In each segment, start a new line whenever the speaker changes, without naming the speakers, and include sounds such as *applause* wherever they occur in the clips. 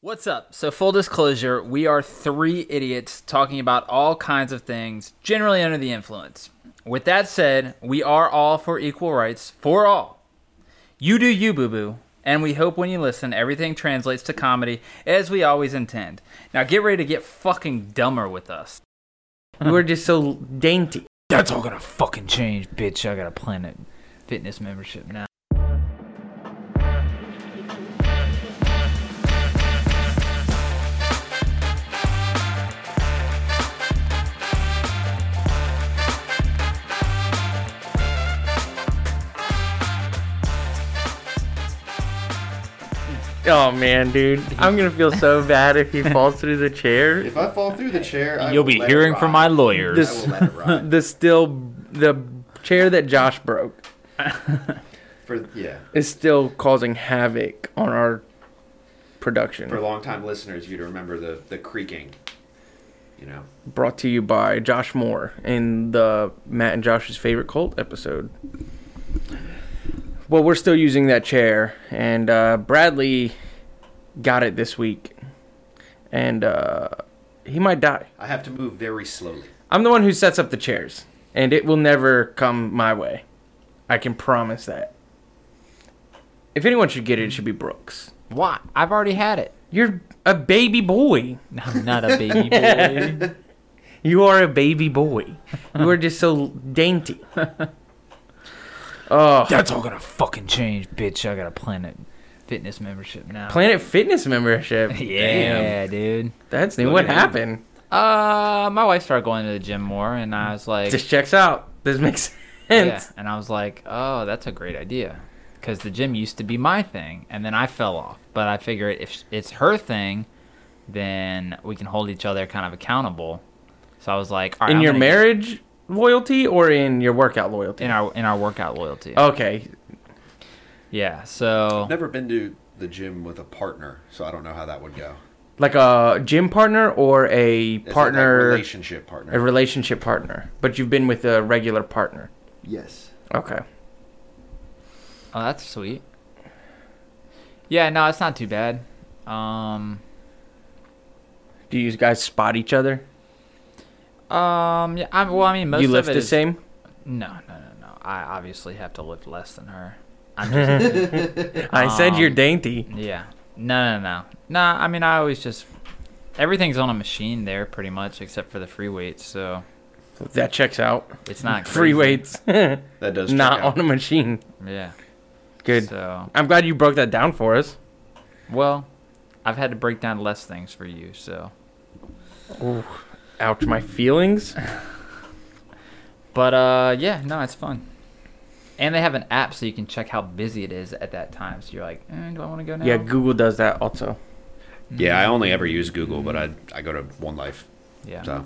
What's up? So, full disclosure, we are three idiots talking about all kinds of things, generally under the influence. With that said, we are all for equal rights for all. You do you, boo boo. And we hope when you listen, everything translates to comedy as we always intend. Now, get ready to get fucking dumber with us.
We're just so dainty.
That's all gonna fucking change, bitch. I got a Planet Fitness membership now.
Oh man, dude, I'm gonna feel so bad if he falls through the chair.
If I fall through the chair, I
You'll
will
be
let it
hearing from my
ride.
lawyers.
I
This,
will let it
*laughs*
ride.
the still, the chair that Josh broke
For yeah,
is still causing havoc on our production.
for longtime listeners, you'd remember the the creaking. You know,
Brought to you by Josh Moore in the Matt and Josh's favorite cult episode. Well, we're still using that chair, and uh, Bradley got it this week, and uh, he might die.
I have to move very slowly.
I'm the one who sets up the chairs, and it will never come my way. I can promise that. If anyone should get it, it should be Brooks.
Why? I've already had it.
You're a baby boy.
No, I'm not a
*laughs*
baby boy.
You are a baby boy. You are just so dainty. Oh,
That's all gonna fucking change, bitch. I got a Planet Fitness membership now.
Planet Fitness membership.
*laughs*
Damn.
yeah, dude.
That's new. What
Look at you.
happened?
Uh, my wife started going to the gym more, and I was like,
This checks out. This makes
yeah.
sense.
and I was like, oh, that's a great idea, because the gym used to be my thing, and then I fell off. But I figure if it's her thing, then we can hold each other kind of accountable. So I was like, all right,
In
I'm
your
gonna get-
marriage loyalty or in your workout loyalty?
in our in our workout loyalty.
Okay.
Yeah, so
I've never been to the gym with a partner, so I don't know how that would go.
Like a gym partner or a
It's like
partner.
a relationship partner.
A relationship partner, but you've been with a regular partner.
yes.
Okay.
Oh, that's sweet. Yeah, no, it's not too bad. Um,
Do you guys spot each other?
um, yeah, I, well, I mean, most
you lift
of it
the
is-
same?
No, no, no, no. I obviously have to lift less than her. I'm
*laughs*
just,
I said you're
Um,
dainty.
yeah. No, no, no. Nah, I mean, I always just everything's on a machine there, pretty much, except for the free weights. So
That checks out.
it's not
*laughs*
crazy.
Free
*laughs*
weights, *laughs* not
That does check out.
on a machine.
Yeah.
Good.
So
I'm glad you broke that down for us.
well, I've had to break down less things for you. So,
Ouch, my feelings.
but uh, yeah, no, it's fun. And they have an app so you can check how busy it is at that time. So you're like, eh, do I want to go now?
Yeah, Google does that also.
Yeah, I only ever use Google, but I I go to One Life.
yeah.
So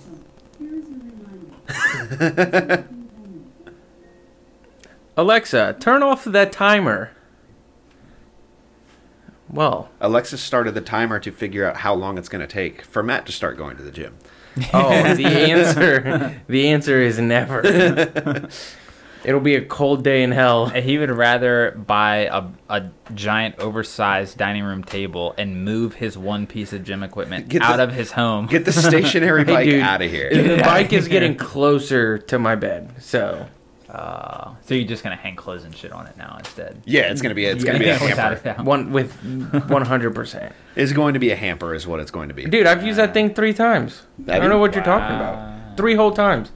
Alexa, turn off that timer.
*laughs*
Well,
Alexis started the timer to figure out how long it's going to take for Matt to start going to the gym.
oh, the answer, the answer
*laughs*
is never. It'll be a cold day in hell.
He would rather buy a, a giant oversized dining room table and move his one piece of gym equipment
Get the-
out of his home. *laughs*
Get the stationary
Hey,
bike
dude.
out of here.
the bike is *laughs* getting closer to my bed, so
Uh, so you're just gonna hang clothes and shit on it now instead.
Yeah, it's gonna be it's gonna be
Yeah,
a
without
hamper.
a doubt.
one with one hundred percent.
It's going to be a hamper, is what it's going to be.
Dude, I've used that thing three times. I
That'd
don't
be-
know what you're talking
Wow.
about. Three whole times.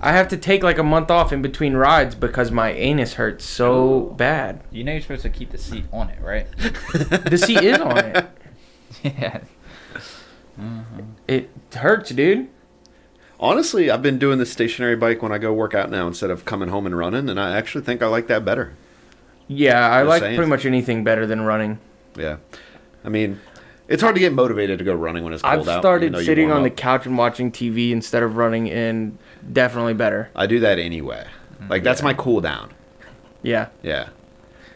I have to take like a month off in between rides because my anus hurts so bad.
You know you're supposed to keep the seat on it, right?
The seat is on *laughs* it.
*laughs* yeah.
It hurts, dude.
Honestly, I've been doing the stationary bike when I go work out now instead of coming home and running, and I actually think I like that better.
Yeah, I
Just
like
saying.
pretty much anything better than running.
Yeah, I mean, it's hard to get motivated to go running when it's cold
I've
out. even
started
though you
sitting
warm
on the
up.
couch and watching TV instead of running, and definitely better.
I do that anyway.
Mm,
Like that's my cool down.
Yeah.
Yeah,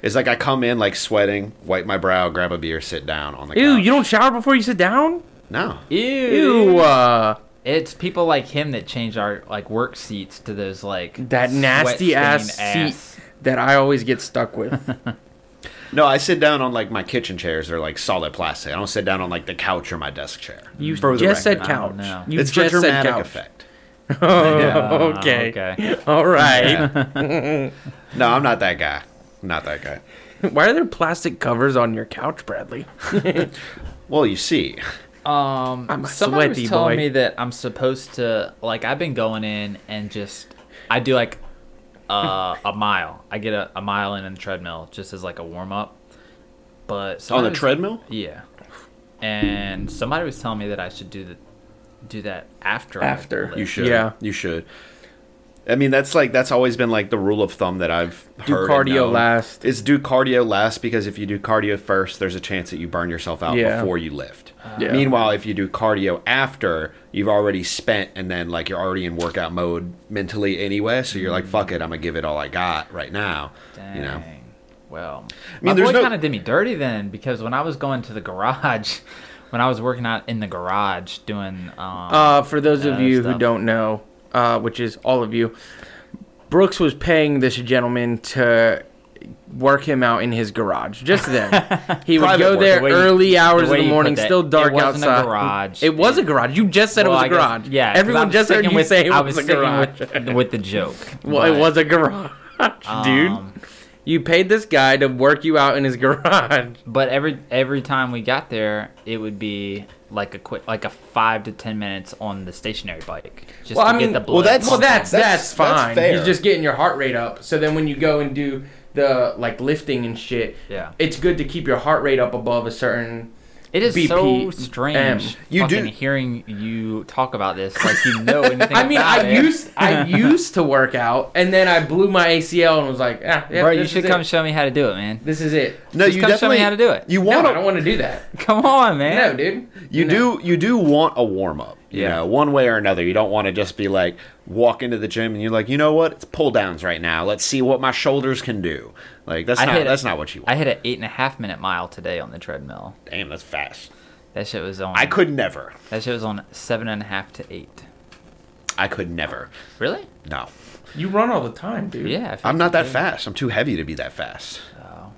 it's like I come in like sweating, wipe my brow, grab a beer, sit down on the
Ew,
couch.
you don't shower before you sit down?
No,
Ew.
Ew. Uh,
It's people like him that change our like work seats to those like
that nasty ass,
sweat-stained ass.
seat that I always get stuck with.
No, I sit down on like my kitchen chairs. They're like solid plastic. I don't sit down on like the couch or my desk chair.
*laughs* You
For the
just said
record.
I
couch.
don't know.
You
it's
just
for dramatic
said couch. *laughs*
effect.
Oh,
Yeah.
*laughs* okay.
*laughs* Okay.
All right.
*laughs* Yeah. no, I'm not that guy. I'm not that guy.
Why are there plastic covers on your couch, Bradley?
Well, you see,
Um,
I'm a
somebody
sweaty
was telling
boy.
me that I'm supposed to like I've been going in and just I do like uh, a mile. I get a, a mile in on the treadmill just as like a warm up. But
on
somebody
the
was-
treadmill.
yeah. And somebody was telling me that I should do the do that after I
After.
lift.
You should.
Yeah.
You should. I mean, that's like that's always been like the rule of thumb that I've
Do
heard. and
cardio
known.
last.
It's do cardio last because if you do cardio first, there's a chance that you burn yourself out
Yeah.
before you lift.
Yeah.
Meanwhile, if you do cardio after, you've already spent and then like you're already in workout mode mentally anyway. So you're like, fuck it, I'm gonna give it all I got right now.
Dang.
You know.
Well,
mean,
my
there's
boy
no-
kind of did me dirty then because when I was going to the *laughs* garage, when I was working out in the garage doing um,
Uh, for those of
Yeah,
you
stuff.
who don't know, uh, which is all of you, Brooks was paying this gentleman to work him out in his garage.
*laughs*
Just then, he would
Private
go
work,
there
the way you-
early hours
the way
in the
you
morning,
put that,
still dark
it wasn't a
outside.
garage.
It was a garage. You just said
Well,
it was
I
a
guess-
garage.
yeah, 'cause I
everyone
was
just heard
sticking
you
with-
say it
I
was,
was
a
sticking
garage.
with, with the joke.
*laughs* well, it
but,
was a garage, *laughs* dude.
um,
you paid this guy to work you out in his garage.
But every every time we got there, it would be like a quick, like a five to ten minutes on the stationary bike. Just
Well,
to
I mean,
get the
well,
blood
that's
that's-
well, that's
that's-
that's,
that's
fine.
fair.
You're just getting your heart rate up. So then when you go and do the like lifting and shit,
Yeah.
it's good to keep your heart rate up above a certain.
It is so
BPM.
strange.
You do-
fucking hearing you talk about this like you know
*laughs*
anything.
I mean,
about
I
it.
used I used to work out, and then I blew my ACL and was like, ah, *laughs*
*laughs*
yeah,
Bro, you
this
should
is
come
It.
show me how to do it, man. *laughs*
this is it.
No,
Just
you
come show me
definitely
how to do it.
You
No,
want
I
to
don't want to
*laughs*
do that.
Come on, man.
No, dude.
You do you do want a warm up, you
Yeah.
know, one way or another. You don't want to just be like walk into the gym and you're like, you know what, it's pull downs right now. Let's see what my shoulders can do. Like that's
I
not
hit a-
that's not what you
I
want.
hit an eight and a half minute mile today on the treadmill.
Damn, that's fast.
That shit was on.
I could never.
That shit was on seven and a half to eight.
I could never.
Really?
No,
You run all the time, dude.
Yeah. I feel
I'm not
like
that fast. I'm too heavy to be that fast.
I did. Oh.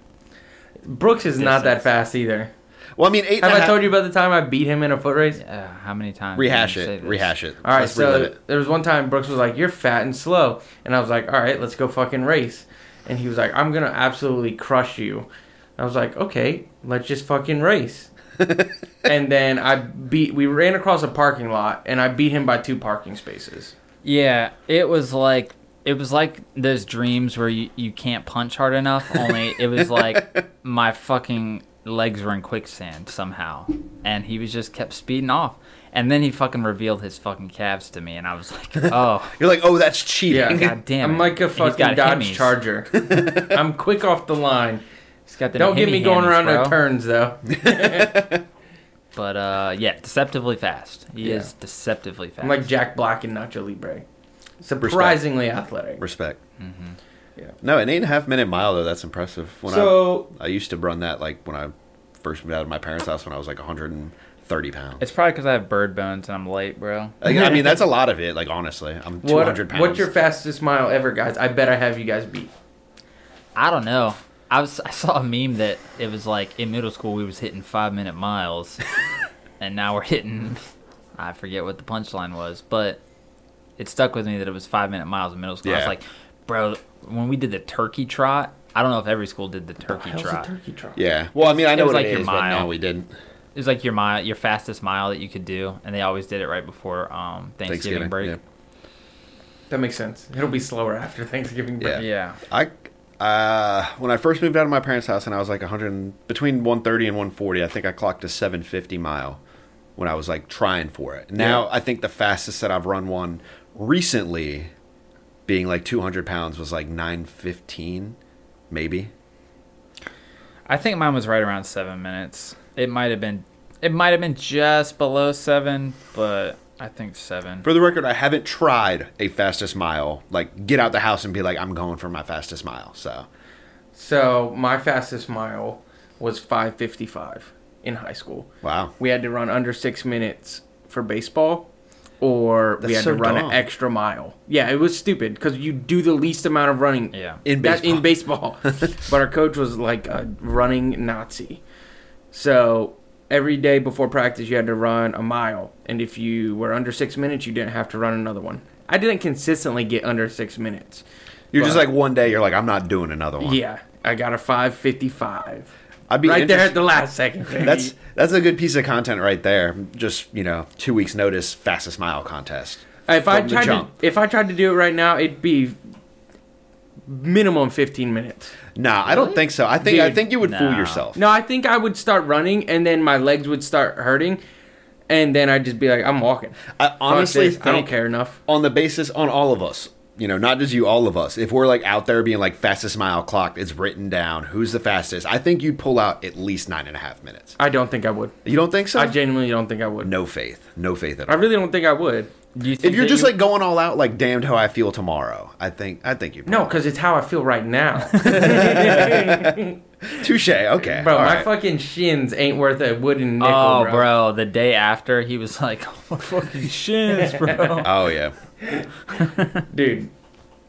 Brooks is not that
Distance.
fast either.
Well, I mean, eight.
Have I told you about the time I beat him in a foot race?
Uh, how many times?
*laughs* Rehash
can you say
it.
this?
Rehash it.
All right,
Let's relive
so
it.
there was one time Brooks was like, "You're fat and slow," and I was like, "All right, let's go fucking race." And he was like, "I'm gonna absolutely crush you." And I was like, "Okay, let's just fucking
*laughs*
race." and then I beat. We ran across a parking lot, and I beat him by two parking spaces.
Yeah, it was like it was like those dreams where you, you can't punch hard enough. Only it was like my fucking legs were in quicksand somehow, and he was just kept speeding off. And then he fucking revealed his fucking calves to me, and I was like, oh,
You're like, oh, that's cheating.
God damn
I'm
it.
like a
He's
fucking
got
Dodge
Hemis.
Charger. I'm quick off the line.
he's got the
Don't get me
hemi
going
hands,
around no
bro."
turns though.
But uh, yeah, deceptively fast. He
Yeah.
is deceptively fast.
I'm like Jack Black and Nacho Libre. Surprisingly athletic.
*laughs* Respect.
Mm-hmm. Yeah.
No, an eight and a half minute mile though. That's impressive. When
So
I, I used to run that like when I first moved out of my parents' house when I was like 130 pounds.
it's probably because I have bird bones and I'm late, bro.
*laughs* Like, I mean, that's a lot of it. Like honestly, I'm 200
What,
pounds.
what's your fastest mile ever, guys? I bet I have you guys beat.
I don't know. I was I saw a meme that it was like in middle school we was hitting five minute miles, and now we're hitting. I forget what the punchline was, but it stuck with me that it was five minute miles in middle school. I was
Yeah.
like, bro, when we did the turkey trot, I don't know if every school did the turkey
Hell's a
trot.
turkey trot.
Yeah. Well, I mean, I
It
know
was
what
like
it
your
is, but
mile.
no, we didn't.
It was like your mile, your fastest mile that you could do, and they always did it right before um, Thanksgiving,
Thanksgiving,
break.
That makes sense. It'll be slower after *laughs* Thanksgiving break.
Yeah.
Yeah. I uh, when I first moved out of my parents' house and I was like 100 between 130 and 140, I think I clocked a 750 mile when I was like trying for it. Now I think the fastest that I've run one recently, being like 200 pounds, was like 915, maybe.
I think mine was right around seven minutes. It might have been, it might have been just below seven, but I think seven.
For the record, I haven't tried a fastest mile, like get out the house and be like, I'm going for my fastest mile. So
So my fastest mile was 5:55 in high school.
wow,
We had to run under six minutes for baseball, or we
That's
had
so
to run
dumb.
an extra mile. Yeah, it was stupid because you do the least amount of running.
Yeah.
In
that- in baseball.
*laughs*
but our coach was like a running Nazi. So every day before practice, you had to run a mile, and if you were under six minutes, you didn't have to run another one. I didn't consistently get under six minutes.
You're just
But-
like one day. You're like, I'm not doing another one.
Yeah, I got a five fifty-five.
I'd be
Right there
interest-
at the last second. baby.
*laughs* That's that's a good piece of content right there. Just you know, two weeks notice, fastest mile contest.
if I
from the
tried to,
jump.
if I tried to do it right now, it'd be minimum fifteen minutes.
Nah, I don't think so. I think I
Dude,
think you would fool
nah.
yourself.
No, I think I would start running, and then my legs would start hurting, and then I'd just be like, I'm walking.
I honestly
Fuck this, I don't
think-
care enough.
on the basis on all of us you know not just you all of us if we're like out there being like fastest mile clocked it's written down who's the fastest i think you'd pull out at least nine and a half minutes
I don't think I would.
you don't think so
I genuinely don't think I would.
no faith no faith at
I
all
really don't think I would.
Do you think
if you're
that
just
you-
like going all out like damned how i feel tomorrow i think i think you
No, because it's how I feel right
*laughs*
now.
touche okay
bro,
all
my
right.
fucking shins ain't worth a wooden nickel,
Oh,
bro.
bro. The day after, he was *laughs* like, "Oh my *laughs* fucking shins, bro."
oh yeah
Dude,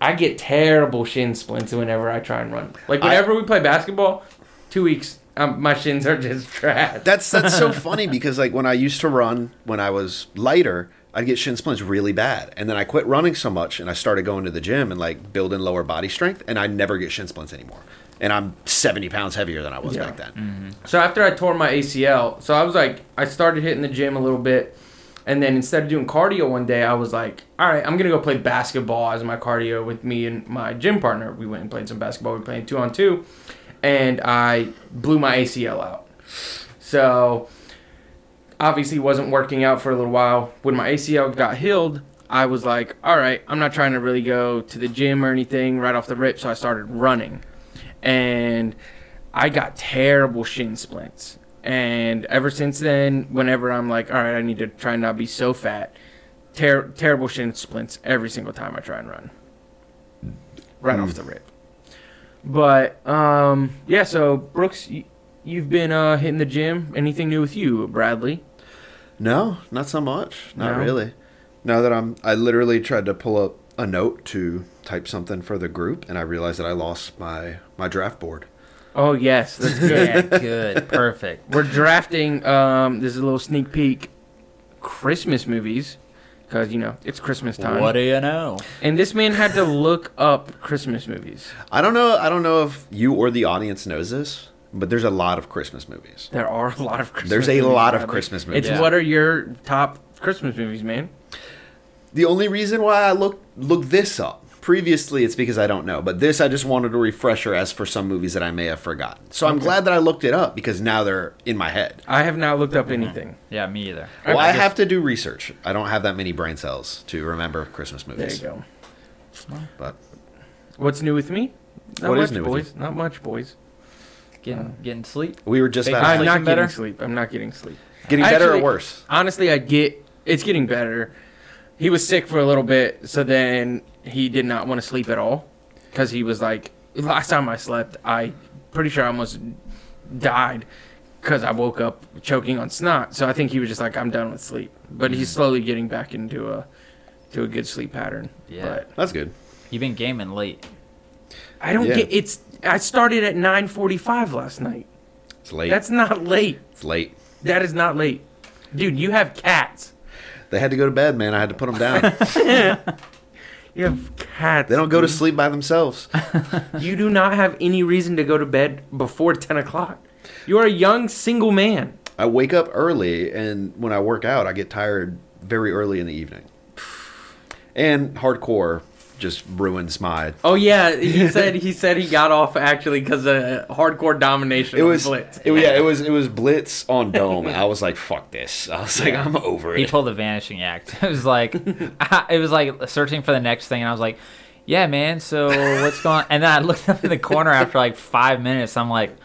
I get terrible shin splints whenever I try and run. Like, whenever we play basketball, two weeks, um, my shins are just *laughs* trash.
that's
*laughs*
that's so funny because like when i used to run when i was lighter i'd get shin splints really bad and then i quit running so much and i started going to the gym and like building lower body strength and i never get shin splints anymore and i'm 70 pounds heavier than i was
Yeah.
back then
So after I tore my ACL, so I was like, I started hitting the gym a little bit, and then instead of doing cardio one day, I was like, all right, I'm gonna go play basketball as my cardio with me and my gym partner. We went and played some basketball. We were playing two on two, and I blew my ACL out. So obviously wasn't working out for a little while. When my ACL got healed, I was like, all right, I'm not trying to really go to the gym or anything right off the rip. So I started running. And I got terrible shin splints. And ever since then, whenever I'm like, all right, I need to try and not be so fat, ter- terrible shin splints every single time I try and run. Right off the rip. But um, yeah, so Brooks, you, you've been uh, hitting the gym. Anything new with you, Bradley?
No, not so much. Not
No?
really. Now that I'm, I literally tried to pull up a note to type something for the group, and I realized that I lost my my draft board.
Oh yes, that's
yeah,
good.
good, perfect.
*laughs* We're drafting. Um, this is a little sneak peek. Christmas movies, because you know it's Christmas time.
What do you know?
and this man had to look up Christmas movies.
I don't know. I don't know if you or the audience knows this, but there's a lot of Christmas movies.
There are a lot of Christmas.
There's a
movies
lot of
out there.
Christmas movies.
It's
Yeah.
what are your top Christmas movies, man?
The only reason why I look look this up previously, it's because I don't know. But this, I just wanted a refresher as for some movies that I may have forgotten. So I'm glad that I looked it up because now they're in my head.
I have not looked
Mm-hmm.
up anything.
Yeah, me either.
Well,
I
I
just-
have to do research. I don't have that many brain cells to remember Christmas
There
movies.
you go.
But
What's new with me? Not
What
much,
is new with
boys. Not much, boys.
Getting getting sleep.
we were just
Big
about
That's
I'm
sleeping
not
better?
getting sleep. I'm not getting sleep.
Getting better
Actually-
or worse?
Honestly, I get it's getting better. He was sick for a little bit, so then he did not want to sleep at all because he was like, last time I slept, I pretty sure I almost died because I woke up choking on snot. So I think he was just like, I'm done with sleep. But he's slowly getting back into a to a good sleep pattern.
Yeah.
But
That's good.
You've been gaming late.
I don't
Yeah.
get it's. I started at 9:45 last night.
It's late.
That's not late.
it's late.
That is not late, dude. You have cats.
They had to go to bed, man. I had to put them
*laughs*
down.
You have cats.
they don't go to sleep by themselves.
You do not have any reason to go to bed before 10 o'clock. You are a young single man.
I wake up early, and when I work out, I get tired very early in the evening. And hardcore just ruins my.
Oh yeah, *laughs* he said he said he got off actually because of hardcore domination.
It
on
was
blitz.
It, yeah, it was it was blitz on dome. I was like, fuck this. I was like, I'm over
He
it.
pulled a vanishing act. *laughs* It was like, it was like searching for the next thing, and I was like, "Yeah, man. So what's going?" on? And then I looked up in the corner after like five minutes. I'm like,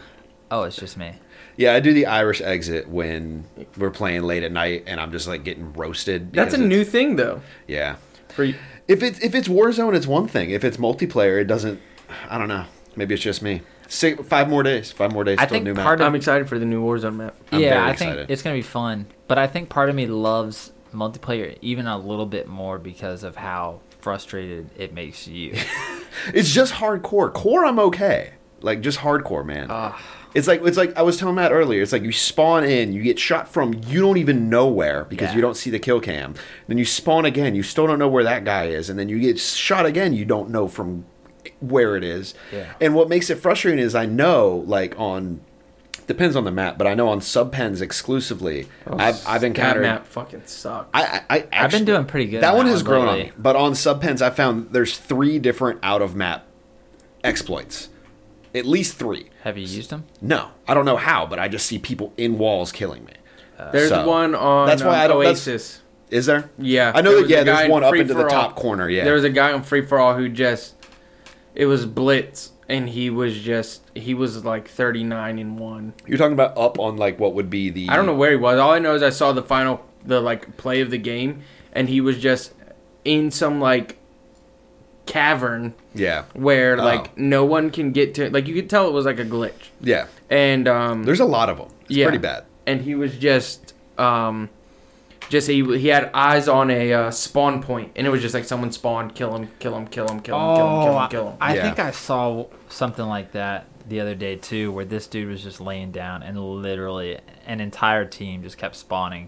"Oh, it's just me."
Yeah, I do the Irish exit when we're playing late at night, and I'm just like getting roasted.
That's a
because it's-
new thing though.
Yeah.
For you.
If it's if it's Warzone, it's one thing. If it's multiplayer, it doesn't. I don't know. Maybe it's just me. Six, five more days. Five more days.
I
till
think
new
part
map.
I'm excited for the new Warzone map.
I'm
yeah,
very
I
excited.
think it's gonna be fun. But I think part of me loves multiplayer even a little bit more because of how frustrated it makes
*laughs*
you.
It's just hardcore. Core, I'm okay. Like just hardcore, man.
Ah.
It's like it's like I was telling Matt earlier. It's like you spawn in, you get shot from, you don't even know where because
Yeah.
you don't see the kill cam. Then you spawn again, you still don't know where that guy is, and then you get shot again, you don't know from where it is.
Yeah.
And what makes it frustrating is I know like on depends on the map, but I know on subpens exclusively,
Oh,
I've I've encountered
That map fucking sucks.
I, I, I
I've been
actually-
doing pretty good
That
on
one
that
has
one
grown on
lately.
me. But on subpens, I found there's three different out of map exploits, at least three.
Have you used them?
No, I don't know how, but I just see people in walls killing me.
There's
So,
one on
that's why
um,
I don't- that's-
Oasis.
Is there?
Yeah,
I know
there
that.
was a
Yeah,
guy
there's
in
one up
Free
into the
For All.
top corner. Yeah,
There was a guy on Free for All who just it was blitz and he was just he was like 39 and 1.
you're talking about up on like what would be the.
I don't know where he was. All I know is I saw the final the like play of the game and he was just in some like cavern
Yeah,
where
Oh.
like no one can get to like you could tell it was like a glitch.
yeah.
And um
There's a lot of them. It's
Yeah.
pretty bad.
and he was just um just he he had eyes on a uh, spawn point and it was just like someone spawned kill him kill him kill him kill him kill him kill him kill him
Oh, I, I
Yeah.
think I saw something like that the other day too, where this dude was just laying down and literally an entire team just kept spawning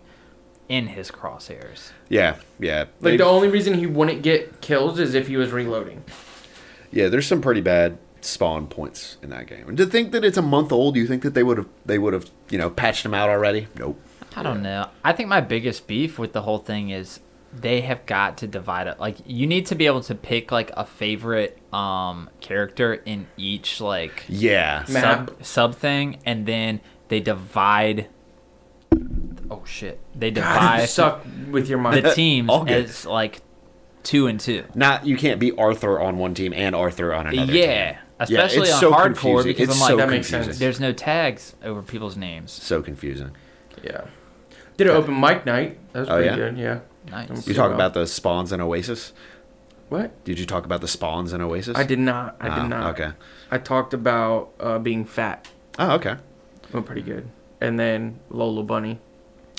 in his crosshairs.
Yeah, yeah.
like
They-
the only reason he wouldn't get kills is if he was reloading
yeah, there's some pretty bad spawn points in that game. And to think that it's a month old, you think that they would have they would have you know patched them out already? Nope.
I don't know. I think my biggest beef with the whole thing is they have got to divide up. Like you need to be able to pick like a favorite um character in each like
Yeah.
Ma- Map.
sub sub thing, and then they divide. Oh shit! They
God, you
divide
suck with your mind
the teams
All good.
as like two and two.
not you can't be Arthur on one team and Arthur on another.
yeah,
team.
especially
it's
on
so
hardcore
confusing.
because
it's
I'm like,
so
That makes
confusing.
sense.
there's no tags over people's names.
So confusing.
yeah did an open mic night that was
Oh,
pretty
yeah?
good yeah
Nice.
So-
You talk about the spawns in Oasis.
what
Did you talk about the spawns in Oasis?
I did not I
Oh,
did not
Okay.
I talked about uh, being fat
Oh, okay.
went pretty good and then Lola Bunny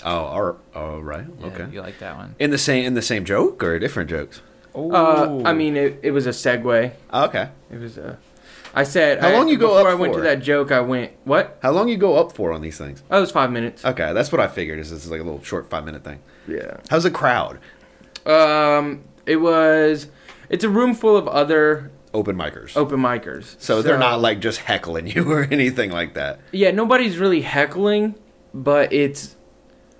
Oh, all right. All right.
Yeah,
okay.
You like that one?
In the same in the same joke or different jokes?
uh, I mean it, it was a segue
Oh, okay.
It was Uh, I said.
How
I-
long you go
before
up
I went
for?
to that joke. I went what?
How long you go up for on these things?
Oh, it was five minutes.
Okay, that's what I figured. Is this is like a little short five minute thing?
yeah.
How's the crowd?
Um, it was. It's a room full of other
Open micers.
open micers.
so they're not like just heckling *laughs* you or anything like that.
Yeah, nobody's really heckling, but it's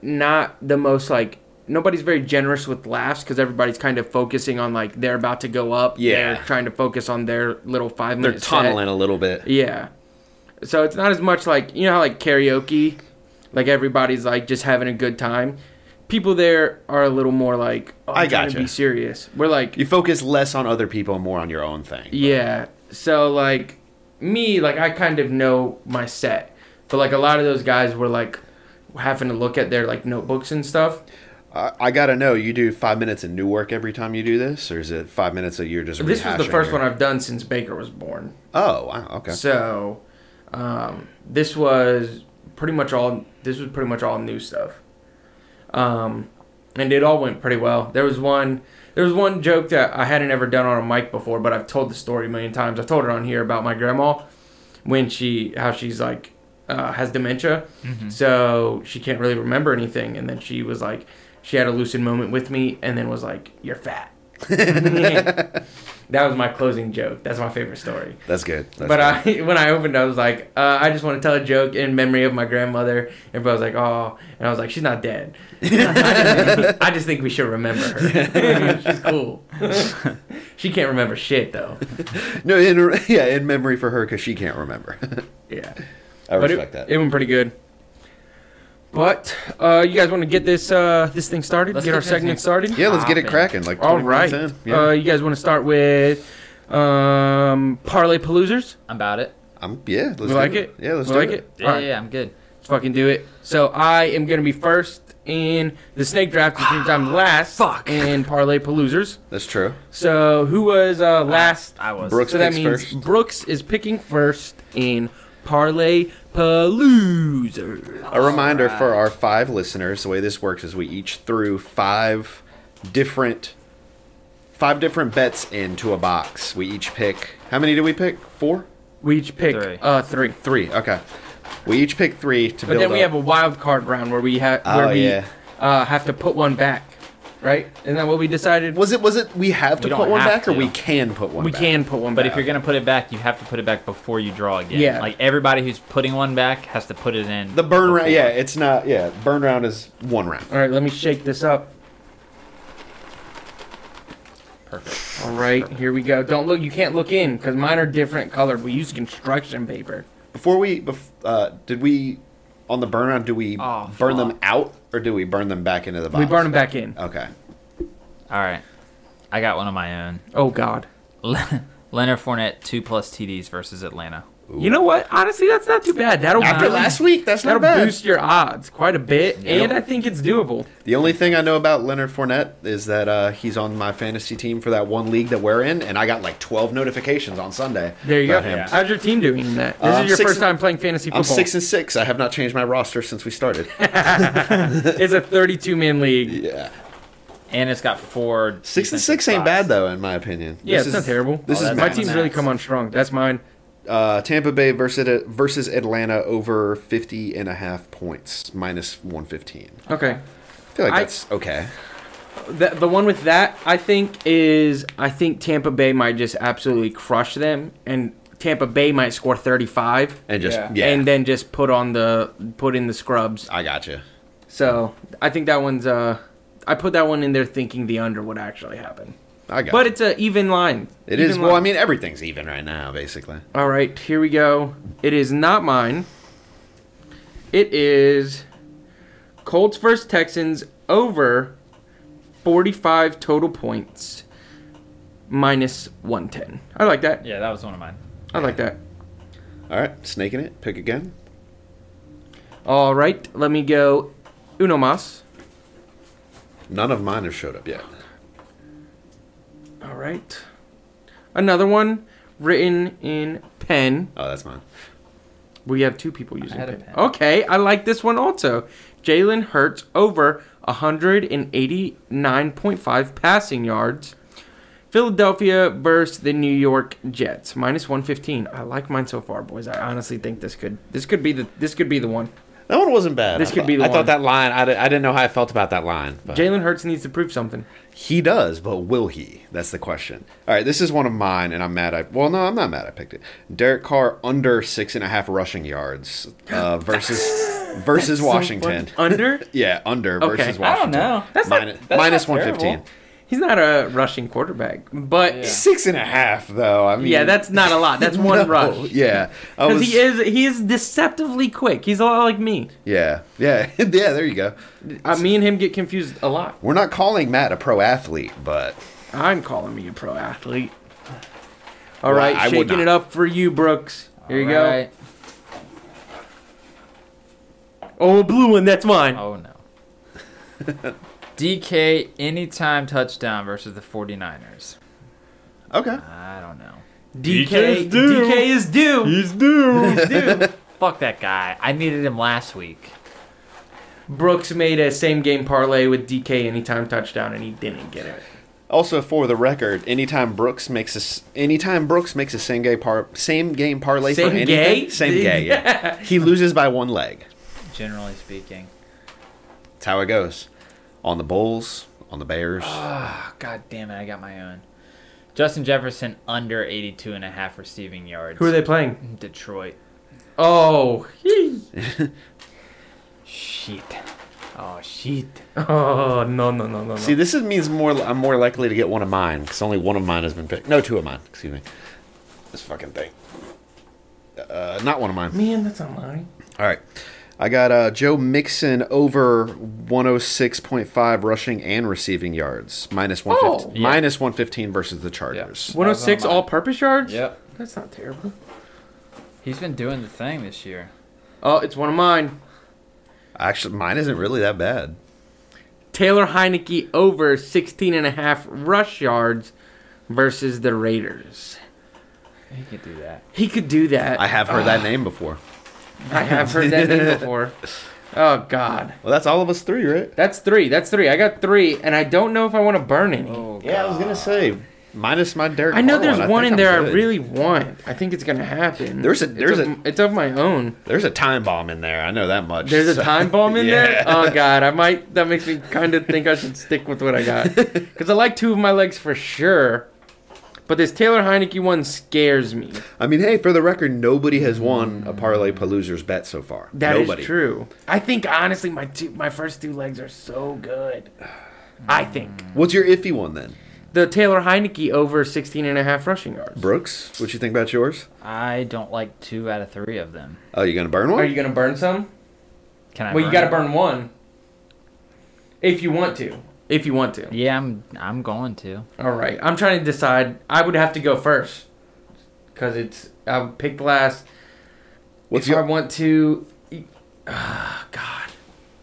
not the most like. Nobody's very generous with laughs because everybody's kind of focusing on like they're about to go up.
Yeah.
They're trying to focus on their little five
They're
minutes.
tunneling a little bit.
Yeah. So it's not as much like you know how like karaoke, like everybody's like just having a good time. People there are a little more like oh, I'm
I
trying
gotcha.
to be serious. We're like
You focus less on other people and more on your own thing.
yeah. So like me, like I kind of know my set, but like a lot of those guys were like having to look at their like notebooks and stuff.
I, I gotta know, you do five minutes in new work every time you do this, or is it five minutes that you're just?
This was the
rehashing
first
your-
one I've done since Baker was born.
Oh, wow. Okay.
So um, this was pretty much all. This was pretty much all new stuff, um, and it all went pretty well. There was one. There was one joke that I hadn't ever done on a mic before, but I've told the story a million times. I told it on here about my grandma when she how she's like uh, has dementia, so she can't really remember anything, and then she was like. She had a lucid moment with me, and then was like, "You're fat." *laughs* that was my closing joke. That's my favorite story
That's good. That's
but I, *laughs*
good.
when I opened, I was like, uh, I just want to tell a joke in memory of my grandmother. Everybody was like, oh, and I was like, she's not dead.
*laughs*
I just think we should remember *laughs* her. she's
*laughs*
cool. she can't remember shit though.
no, in, *laughs* yeah, in memory for her because she can't remember. *laughs*
Yeah,
I
but
respect
it,
that.
It went pretty good. But uh, you guys want to get this uh, this thing started?
Let's
get
get
our
this
segment
thing-
started.
yeah, let's get it
Poppin'.
cracking. Like
All
20 minutes
right.
in. Yeah.
Uh, you guys want to start with um, parlay paloozers?
I'm about it.
I'm, yeah, let's
We like
do
it.
Yeah, let's
we
do
like
it.
it.
Yeah,
All right.
yeah, I'm good.
Let's fucking do it. So I am gonna be first in the snake draft, which
*sighs*
means I'm last
Fuck.
in parlay paloozers.
That's true.
So who was uh, last?
I was.
Brooks
so that
picks
means
first.
Brooks is picking first in Parlay Palooza.
A reminder for our five listeners: the way this works is we each threw five different five different bets into a box. We each pick. How many did we pick? Four,
We each pick
Three.
uh three.
three. Okay. We each pick three to
But
build.
then we
up.
have a wild card round where we have where
Oh,
we
yeah.
uh, have to put one back, right? Isn't that what we decided?
was it? Was it? We have to
We don't
put one
have
back, or
to.
we can put one.
we
back?
can put one
But
back.
if you're gonna put it back, you have to put it back before you draw again.
Yeah.
Like everybody who's putting one back has to put it in.
The burn round.
before.
Yeah, it's not. Yeah, burn round is one round.
All right, let me shake this up.
Perfect.
All right, here we go. Don't look. You can't look in because mine are different colored. We use construction paper.
Before we, bef- uh, did we on the burn round? Do we
Oh,
burn
fuck.
them out, or do we burn them back into the box?
We burn them back Um, in.
Okay.
All right. I got one of my own. *laughs*
Oh God.
Le- Leonard Fournette two plus TDs versus Atlanta.
You know what? Honestly, that's not too bad. That'll
After
really-
last week, that's
that'll
not bad.
boost your odds quite a bit,
Yeah.
and I think it's doable.
The only thing I know about Leonard Fournette is that uh, he's on my fantasy team for that one league that we're in, and I got like 12 notifications on Sunday.
There you go.
about him.
How's your team doing in that? This
Uh, I'm
is your
six-
first time playing fantasy
I'm
football.
six and six. I have not changed my roster since
*laughs*
we started.
It's a 32 man league.
yeah,
And it's got four.
six
defensive
and six ain't
spots.
bad though, in my opinion.
Yeah,
This
it's
is-
not terrible.
This
Oh,
is
that's
my
my
not
team's
bad.
really come on strong. That's mine.
uh, Tampa Bay versus versus Atlanta over 50 and a half points, minus 115.
Okay.
I feel like
I-
that's okay.
The, the one with that, I think, is I think Tampa Bay might just absolutely crush them, and Tampa Bay might score 35
And just yeah,
and then just put on the put in the scrubs.
I got you.
So I think that one's uh, I put that one in there thinking the under would actually happen,
I got.
but
you.
it's a even line.
it
Even
is. Well, I
line.
mean, everything's even right now, basically.
All right, here we go. It is not mine. It is Colts versus Texans over 45 total points minus 110. I like that.
Yeah, that was one of mine.
I like that.
All right, snaking it. Pick again.
All right, let me go Uno Mas.
None of mine have showed up yet.
All right. Another one written in pen.
Oh, that's mine.
We have two people using
had a
pen.
pen.
Okay, I like this one also. Jalen Hurts over 189.5 passing yards. Philadelphia versus the New York Jets minus 115. I like mine so far, boys. I honestly think this could this could be the this could be the one.
That one wasn't bad.
This
I
could
thought,
be the
I
one.
thought that line. I, di- I didn't know how I felt about that line. But
Jalen Hurts needs to prove something.
he does, but will he? That's the question. All right, this is one of mine, and I'm mad. I well, no, I'm not mad. I picked it. Derek Carr under six and a half rushing yards
*laughs*
uh, versus versus Washington.
Under?
yeah, under
Okay.
versus
I don't
Washington.
know.
That's not-
Minus-
that's
minus
not
115.
terrible.
He's not a rushing quarterback, but yeah,
Six and a half, though. I mean, *laughs*
that's not a lot. That's one
no,
rush.
Yeah,
*laughs*
I
Because
was.
he is he is deceptively quick. He's a lot like me.
yeah, yeah, *laughs* yeah. There you go.
Uh, me and him get confused a lot.
We're not calling Matt a pro athlete, but
I'm calling me a pro athlete. All
Well,
right,
I would
shaking
not.
it up for you, Brooks. Here you
Alright.
go. Oh, a blue one. That's mine.
Oh no. *laughs* DK anytime touchdown versus the 49ers.
okay.
I don't know.
DK
DK is due.
DK is due.
He's due. He's due. *laughs* Fuck that guy. I needed him last week.
Brooks made a same game parlay with DK anytime touchdown, and he didn't get it.
Also, for the record, anytime Brooks makes a s- anytime Brooks makes a same gay par same game parlay
Same
for anything,
gay?
same gay,
*laughs*
yeah. he loses by one leg.
Generally speaking.
That's how it goes. On the Bulls, on the Bears.
Ah, God damn it. I got my own. Justin Jefferson under 82 and a half receiving yards.
Who are they playing?
Detroit.
Oh, yee.
Shit. Oh, shit.
oh no no no no.
See,
no.
this is, means more. li- I'm more likely to get one of mine because only one of mine has been picked. No, two of mine. Excuse me. This fucking thing. Uh, not one of mine.
Man, that's not mine.
All right. I got uh, Joe Mixon over 106.5 rushing and receiving yards, minus 115,
Oh.
Yeah.
minus 115 versus the Chargers.
That was
106
on mine.
all-purpose yards.
Yep.
That's not terrible.
He's been doing the thing this year.
Oh, it's one of mine.
Actually, mine isn't really that bad.
Taylor Heineke over 16 and a half rush yards versus the Raiders.
He can do that.
He could do that.
I have heard
Ah.
that name before.
I have heard that
*laughs*
name before. Oh God,
Well, that's all of us three, right?
that's three. That's three. I got three, and I don't know if I want to burn any.
Oh,
Yeah, I was gonna
God.
say minus my Derek.
I know
Carr
there's
I
one
think
in
I'm
there I
good.
really want. I think it's gonna happen.
There's a-
It's
there's
of- it's of my own.
There's a time bomb in there. I know that much.
There's a
so-
time bomb in
Yeah.
there. Oh god, I might. That makes me kind of think I should stick with what I
*laughs*
got because I like two of my legs for sure. But this Taylor Heineke one scares me.
I mean, hey, for the record, nobody has won a parlay palooser's bet so far.
That is
nobody.
true. I think honestly, my two, my first two legs are so good. I think
What's your iffy one then,
the Taylor Heineke over 16 and a half rushing yards.
Brooks? What you think about yours?
I don't like two out of three of them.
Oh, you gonna burn one?
Are you gonna burn some?
Can I?
Well, you
burn
gotta
it?
burn one. If you want to. If you want to.
Yeah, I'm. I'm going to.
All right. I'm trying to decide. I would have to go first. Because it's. I would pick last.
What's
if I
your?
want to. Ah, God.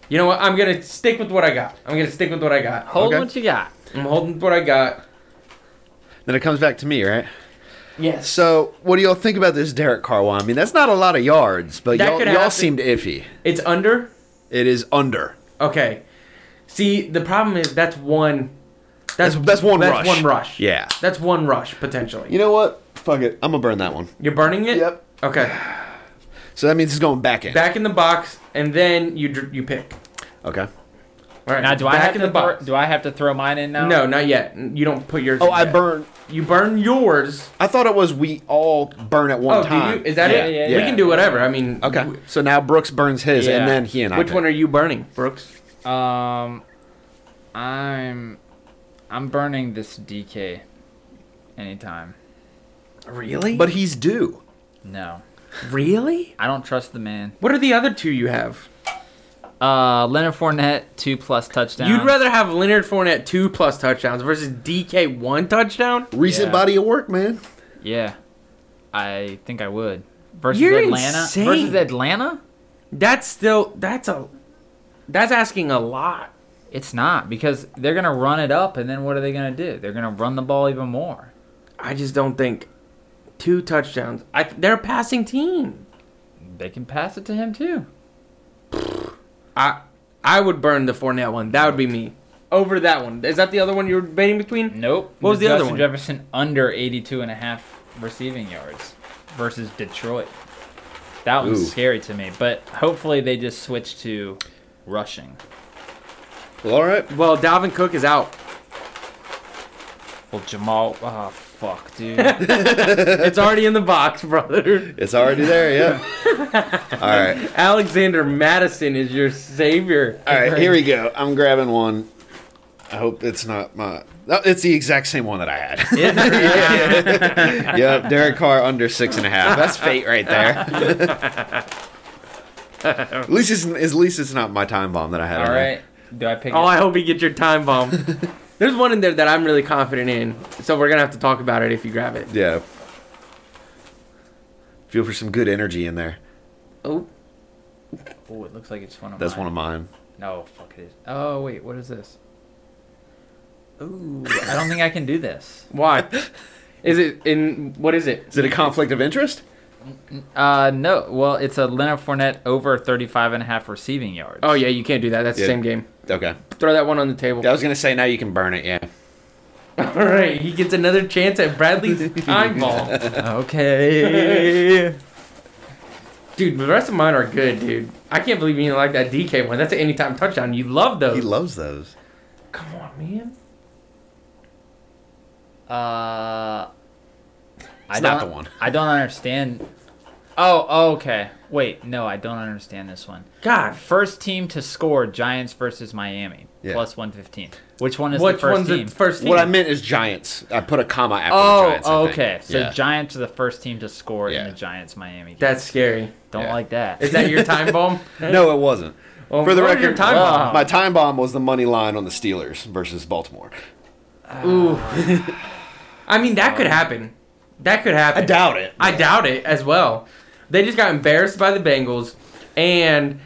You know what? I'm gonna stick with what I got. I'm gonna stick with what I got.
Hold
Okay.
what you got.
I'm holding what I got.
Then it comes back to me, right?
Yes.
So, what do y'all think about this Derek Carr one? I mean, that's not a lot of yards, but
That
y'all,
could
y'all
happen.
seemed iffy.
It's under.
It is under.
Okay. See, the problem is that's one.
That's that's one
That's
rush.
one rush.
Yeah.
That's one rush potentially.
You know what? Fuck it. I'm gonna burn that one.
You're burning it.
Yep.
Okay.
So that means it's going back in.
Back in the box, and then you dr- you pick.
okay.
All right.
Now, do
back
I have
in
to?
the
Throw,
box?
do I have to throw mine in now?
No, not yet. You don't put yours.
Oh,
in
I
yet.
burn.
You burn yours.
I thought it was we all burn at one
Oh,
time.
do you? Is that
Yeah,
it?
yeah,
We
yeah.
can do whatever. I mean.
Okay.
w-
So now Brooks burns his,
Yeah.
and then he and I.
Which one are you burning, Brooks?
Um, I'm. I'm burning this DK. Anytime.
Really?
But
But
he's due.
No,
really?
I don't trust the man.
What are the other two you have?
Uh, Leonard Fournette two plus touchdowns.
You'd rather have Leonard Fournette two plus touchdowns versus DK one touchdown?
Recent
Yeah.
body of work, man.
Yeah, I think I would. Versus
You're
Atlanta.
insane.
Versus Atlanta,
That's still that's a that's asking a lot.
it's not because they're gonna run it up, and then what are they gonna do? They're gonna run the ball even more.
I just don't think two touchdowns. I, they're a passing team.
They can pass it to him too.
I I would burn the Fournette one. That would be me over that one. Is that the other one you were debating between?
Nope.
What was the
Justin
other one?
Jefferson under 82 and a half receiving yards versus Detroit. That one's
Ooh.
scary to me, but hopefully they just switch to rushing.
Well, all right.
Well, Dalvin Cook is
*laughs*
out.
Well, Jamal, oh fuck, dude.
It's already in the box, *laughs* brother.
It's already there. Yeah.
*laughs*
all right.
Alexander Madison is your savior.
Uh,
All right. Here we go. I'm grabbing one. I hope it's not my. Oh, it's the exact same one that I had. *laughs* yep. Derek Carr under six and a half. That's fate right
*laughs*
there. at least it's at least it's not my time bomb that I had.
All
on there.
right. Do I pick
*laughs* Oh,
it?
I hope you get your time
*laughs*
bomb. There's one in there that I'm really confident in, so we're gonna have to talk about it if you grab it.
Yeah. Feel for some good energy in there.
Oh,
Oh, it looks like it's one of
That's
mine.
one of mine.
No, fuck it is. Oh, wait, what is this? Ooh, I don't think I can do this. *laughs*
why? Is it in? What is it?
Is it a conflict of interest?
Uh, no. Well, it's a Leonard Fournette over 35 and a half receiving yards.
Oh yeah, you can't do that. That's
Yeah.
the same game.
Okay.
Throw that one on the table. *laughs*
I was gonna say now you can burn it. Yeah.
All right, he gets another chance at Bradley's time
*laughs* *laughs*
bomb.
*laughs*
Okay.
Dude, the rest of mine are good, dude. I can't believe you didn't like that DK one. That's an anytime touchdown. You love those.
He loves those.
Come on, man.
Uh, I
It's not
don't-
the one.
I don't understand. Oh, oh, okay. Wait, no, I don't understand this one.
God,
First team to score Giants versus Miami
Yeah.
plus one fifteen. Which one is the
which
first
one's
team?
the first team?
What I meant is giants. I put a comma after the
oh,
giants. I
oh,
think.
okay. So
Yeah.
Giants are the first team to score
Yeah.
in the Giants Miami. Game.
That's scary.
don't
yeah.
like that.
Is that your time bomb?
no, it wasn't.
Well,
*laughs* For the
what was
record,
your time
Wow.
bomb?
My time bomb was the money line on the Steelers versus Baltimore.
Ooh. *laughs* I mean, that could happen. That could happen.
doubt it.
I doubt it as well. They just got embarrassed by the Bengals, and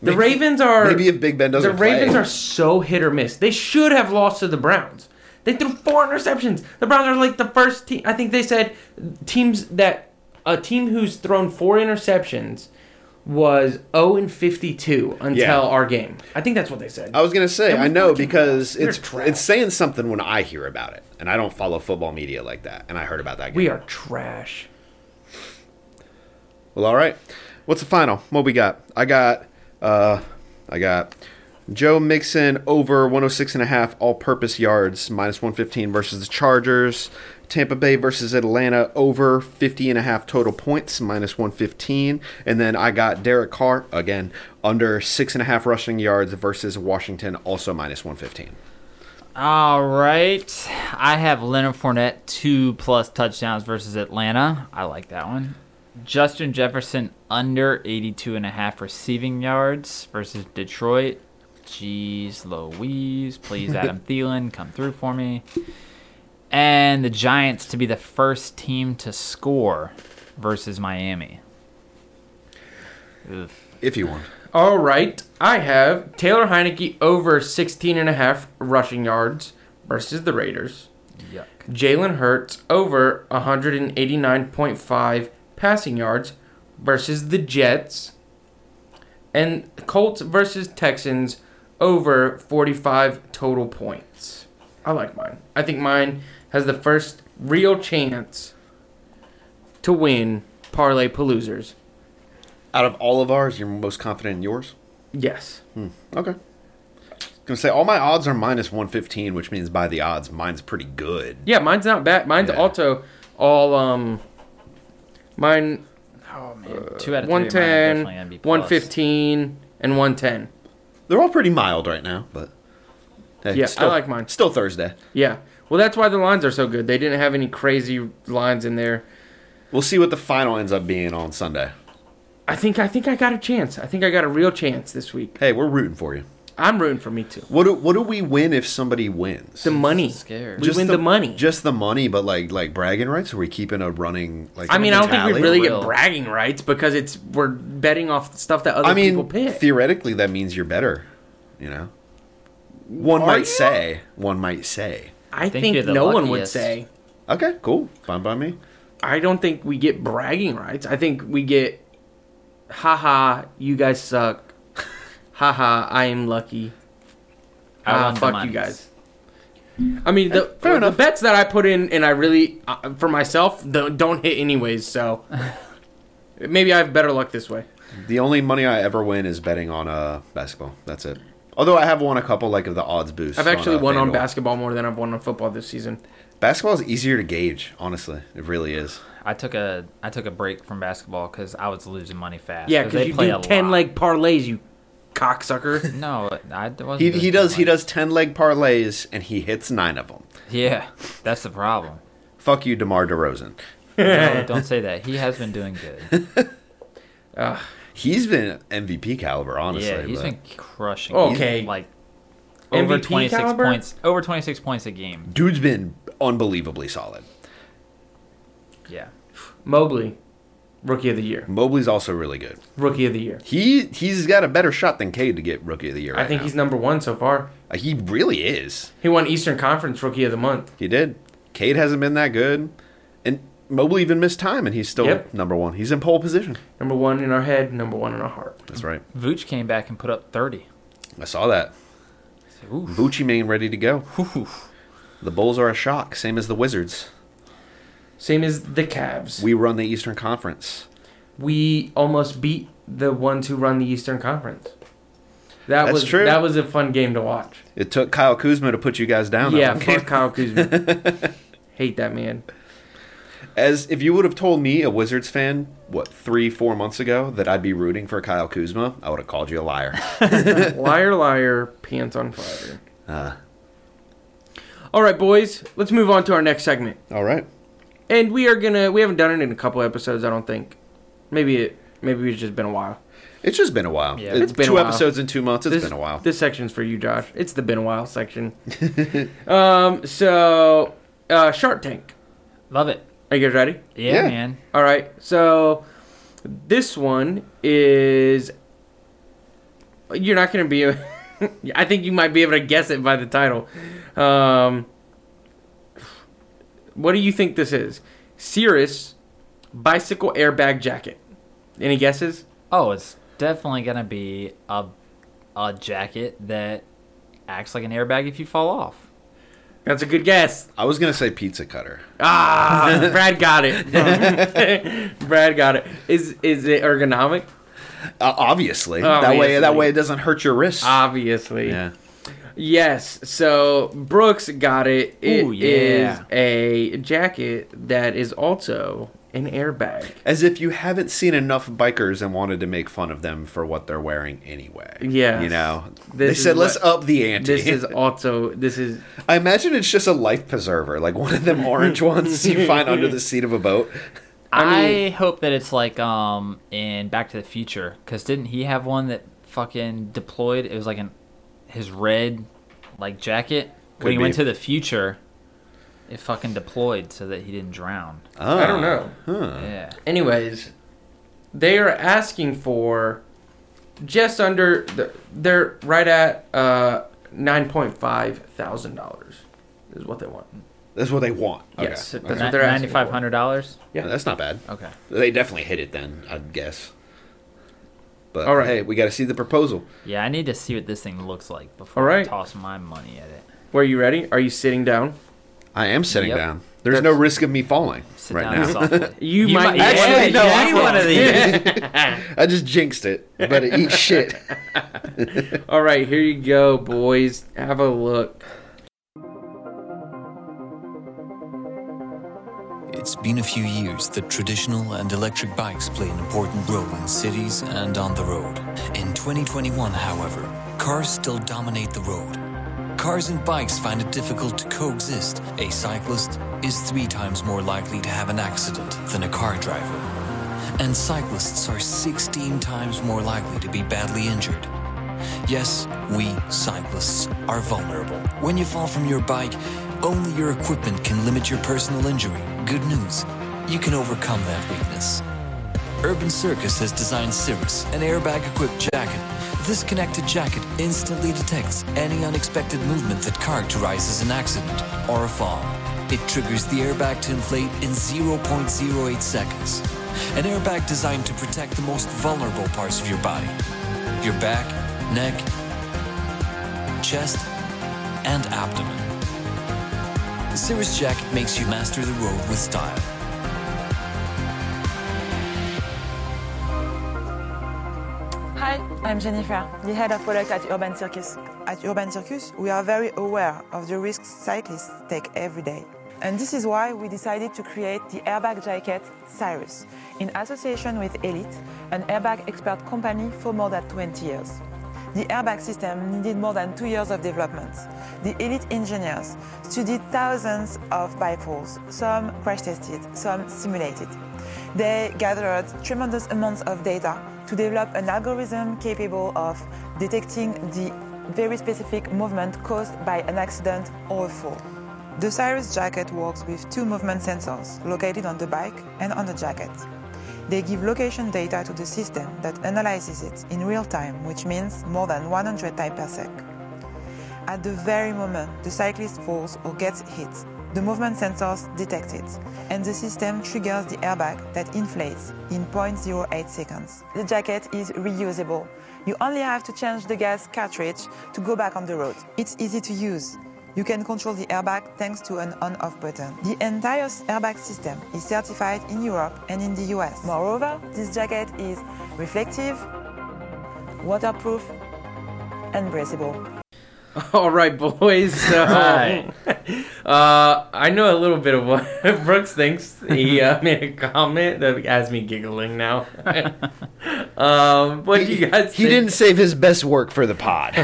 the
Maybe-
Ravens are
Maybe if Big Ben doesn't
the Ravens
play.
are so hit or miss. They should have lost to the Browns. They threw four interceptions. The Browns are like the first team. I think they said teams that a team who's thrown four interceptions was 0 and 52 until
Yeah.
our game. I think that's what they said.
I was gonna say
That was
I know
fucking
because
crap. We're
it's
trash.
it's saying something when I hear about it, and I don't follow football media like that. And I heard about that game.
we are trash.
Well, all right. What's the final? What we got? I got, uh, I got Joe Mixon over 106 and a half all-purpose yards minus 115 versus the Chargers. Tampa Bay versus Atlanta over 50 and a half total points minus 115. And then I got Derek Carr again under six and a half rushing yards versus Washington also minus 115.
All right. I have Leonard Fournette two plus touchdowns versus Atlanta. I like that one. Justin Jefferson under 82 and a half receiving yards versus Detroit. Jeez Louise. Please,
*laughs*
Adam Thielen, come through for me. And the Giants to be the first team to score versus Miami. Ugh.
If you want.
All right. I have Taylor Heineke over 16 and a half rushing yards versus the Raiders.
Yuck.
Jalen Hurts over 189.5 passing yards versus the Jets. And Colts versus Texans over 45 total points. I like mine. I think mine has the first real chance to win Parlay Paloozers.
Out of all of ours, you're most confident in yours?
Yes.
Okay. Gonna say all my odds are minus one fifteen, which means by the odds, mine's pretty good.
Yeah, mine's not bad. Mine's
Yeah.
also all um mine
Oh, man.
Uh,
Two out of three. mine are
110,
definitely gonna be plus.
115 and 110.
They're all pretty mild right now, but hey,
Yeah, I like mine.
Still Thursday.
Yeah. Well, that's why the lines are so good. They didn't have any crazy lines in there.
We'll see what the final ends up being on Sunday.
I think I think I got a chance. I think I got a real chance this week.
Hey, we're rooting for you.
I'm rooting for me too.
What do what do we win if somebody wins?
The money.
scared.
We win the, money.
Just the money, but like like bragging rights. Are we keeping a running like?
I mean, I don't think we
tally?
really
Will.
get bragging rights because it's we're betting off stuff that other
I
people
mean,
pick.
theoretically, that means you're better. You know, one
Are
might
you?
say. One might say.
I
think
think,
you're the
no one would
luckiest.
say.
Okay, cool. Fine by me.
I don't think we get bragging rights. I think we get, haha, you guys suck. *laughs* haha, I am lucky.
I
Ah,
want the
fuck you
monies.
guys. I mean, the,
Fair
the
enough.
bets that I put in and I really, uh, for myself, don't, don't hit anyways, so maybe I have better luck this way.
The only money I ever win is betting on uh, basketball. That's it. Although I have won a couple like of the odds boosts.
I've actually
uh,
won on
FanDuel.
basketball more than I've won on football this season.
Basketball is easier to gauge, honestly. It really is.
I took a I took a break from basketball because I was losing money fast.
Yeah, because
they
you
play
do
a
10
lot.
leg parlays, you
*laughs*
cocksucker.
No, I wasn't.
He,
doing
he
too
does he
much.
does ten leg parlays and he hits nine of them.
Yeah, that's the problem. *laughs*
Fuck you, Demar Derozan.
No, don't say that. He has been doing good.
Uh,
He's been MVP caliber, *laughs* honestly.
yeah, he's
but-
been crushing.
Okay.
He's, like over
MVP
twenty six
caliber?
points. Over twenty six points a game.
dude's been unbelievably solid.
Yeah.
Mobley, rookie of the year.
Mobley's also really good.
Rookie of the year.
He he's got a better shot than Cade to get Rookie of the Year.
I think he's number one so far.
he's he really is.
He won Eastern Conference Rookie of the Month.
He did. Cade hasn't been that good, and Mobley even missed time, and he's still
Yep.
number one. He's in pole position.
Number one in our head, number one in our heart.
That's right.
Vooch came back and put up thirty.
I saw that.
Ooh.
Bucci main ready to go.
Ooh.
The Bulls are a shock, same as the Wizards.
Same as the Cavs. We,
We run the Eastern Conference.
almost beat the ones who run the Eastern Conference. That
That's
was
true.
that was a fun game to watch.
It took Kyle Kuzma to put you guys down. that
yeah,
one.
fuck *laughs* Kyle Kuzma. Hate that man.
*laughs* As if you would have told me, a Wizards fan, what three, four months ago, that I'd be rooting for Kyle Kuzma, I would have called you
*laughs*
a liar.
Liar, liar, pants on fire.
Uh,
All right, boys, let's move on to our next segment.
all right.
And we are gonna we haven't done it in a couple episodes, I don't think. Maybe it maybe it's just been a while.
It's just been a while.
Yeah.
It-
It's been a
two
while.
episodes in two months. It's
It's
been a while.
This section's for you, Josh. It's the been a while
*laughs*
section. um, so uh, Shark Tank.
Love it.
Are you guys ready?
Yeah,
Yeah.
man.
All right. So this one is *laughs* you're not gonna be. I think you might be able to guess it by the title. Um, What do you think this is? Cirrus bicycle airbag jacket. Any guesses?
Oh, it's definitely gonna be a a jacket that acts like an airbag if you fall off.
That's a good guess.
I was gonna say pizza cutter.
Ah, Brad got it. *laughs* Brad got it. Is is it ergonomic?
Uh, obviously. that way that
Obviously. Ah,
way it doesn't hurt your wrist.
Obviously.
yeah.
Yes. So Brooks got it. It is
Ooh, yeah.
a jacket that is also an airbag.
As if you haven't seen enough bikers and wanted to make fun of them for what they're wearing anyway.
Yes.
You know,
This
they
is
said let's
what-
up the ante.
This is also this is
*laughs* I imagine it's just a life preserver, like one
*laughs*
of them orange ones you find under the seat of a boat.
I,
mean-
hope that it's like um in Back to the Future because didn't he have one that fucking deployed? It was like an his red like jacket
Could
when he went
be.
to the future. It fucking deployed so that he didn't drown.
Oh.
I don't know.
Huh.
Yeah.
Anyways, they are asking for just under the, they're right at uh 9.5 thousand dollars is what they want.
That's what they want.
Yes,
Okay.
that's
Okay.
what they're asking
Ninety five hundred dollars.
Yeah.
That's not bad.
Okay.
They definitely hit it then, I'd guess. But
All right.
hey, we got to see the proposal.
Yeah, I need to see what this thing looks like before
All right.
I toss my money at it.
Were you ready? Are you sitting down?
I am sitting
Yep.
down. There's no risk of me falling
Sit
right
down
now.
softly.
*laughs* You,
You
might,
might-
actually, no,
yeah,
I
you
will.
one of these.
I just jinxed it, but it eats shit.
*laughs* All right, here you go, boys. Have a look. *laughs*
It's been a few years that traditional and electric bikes play an important role in cities and on the road. In 2021, however, cars still dominate the road. Cars and bikes find it difficult to coexist. A cyclist is three times more likely to have an accident than a car driver. And cyclists are 16 times more likely to be badly injured. Yes, we cyclists are vulnerable. When you fall from your bike, only your equipment can limit your personal injury. Good news, you can overcome that weakness. Urban Circus has designed Cirrus, an airbag equipped jacket. This connected jacket instantly detects any unexpected movement that characterizes an accident or a fall. It triggers the airbag to inflate in 0.08 seconds. An airbag designed to protect the most vulnerable parts of your body your back, neck, chest, and abdomen. Cirrus Jacket makes you master the road with style.
Hi, I'm Jennifer, the head of product at Urban Circus. At Urban Circus, we are very aware of the risks cyclists take every day. And this is why we decided to create the airbag jacket Cyrus in association with Elite, an airbag expert company for more than 20 years. The airbag system needed more than two years of development. The elite engineers studied thousands of bike rules, some crash tested, some simulated. They gathered tremendous amounts of data to develop an algorithm capable of detecting the very specific movement caused by an accident or a fall. The Cyrus jacket works with two movement sensors located on the bike and on the jacket. They give location data to the system that analyzes it in real time, which means more than 100 times per sec. At the very moment the cyclist falls or gets hit, the movement sensors detect it, and the system triggers the airbag that inflates in 0.08 seconds. The jacket is reusable. You only have to change the gas cartridge to go back on the road. It's easy to use. You can control the airbag thanks to an on-off button. The entire airbag system is certified in Europe and in the US. Moreover, this jacket is reflective, waterproof, and breathable.
All right, boys. So,
Right.
*laughs* uh, I know a little bit of what *laughs* Brooks thinks. He uh, *laughs* made a comment that has me giggling now. *laughs* um, what do *laughs* you guys?
He
think?
didn't save his best work for
*laughs*
the pod.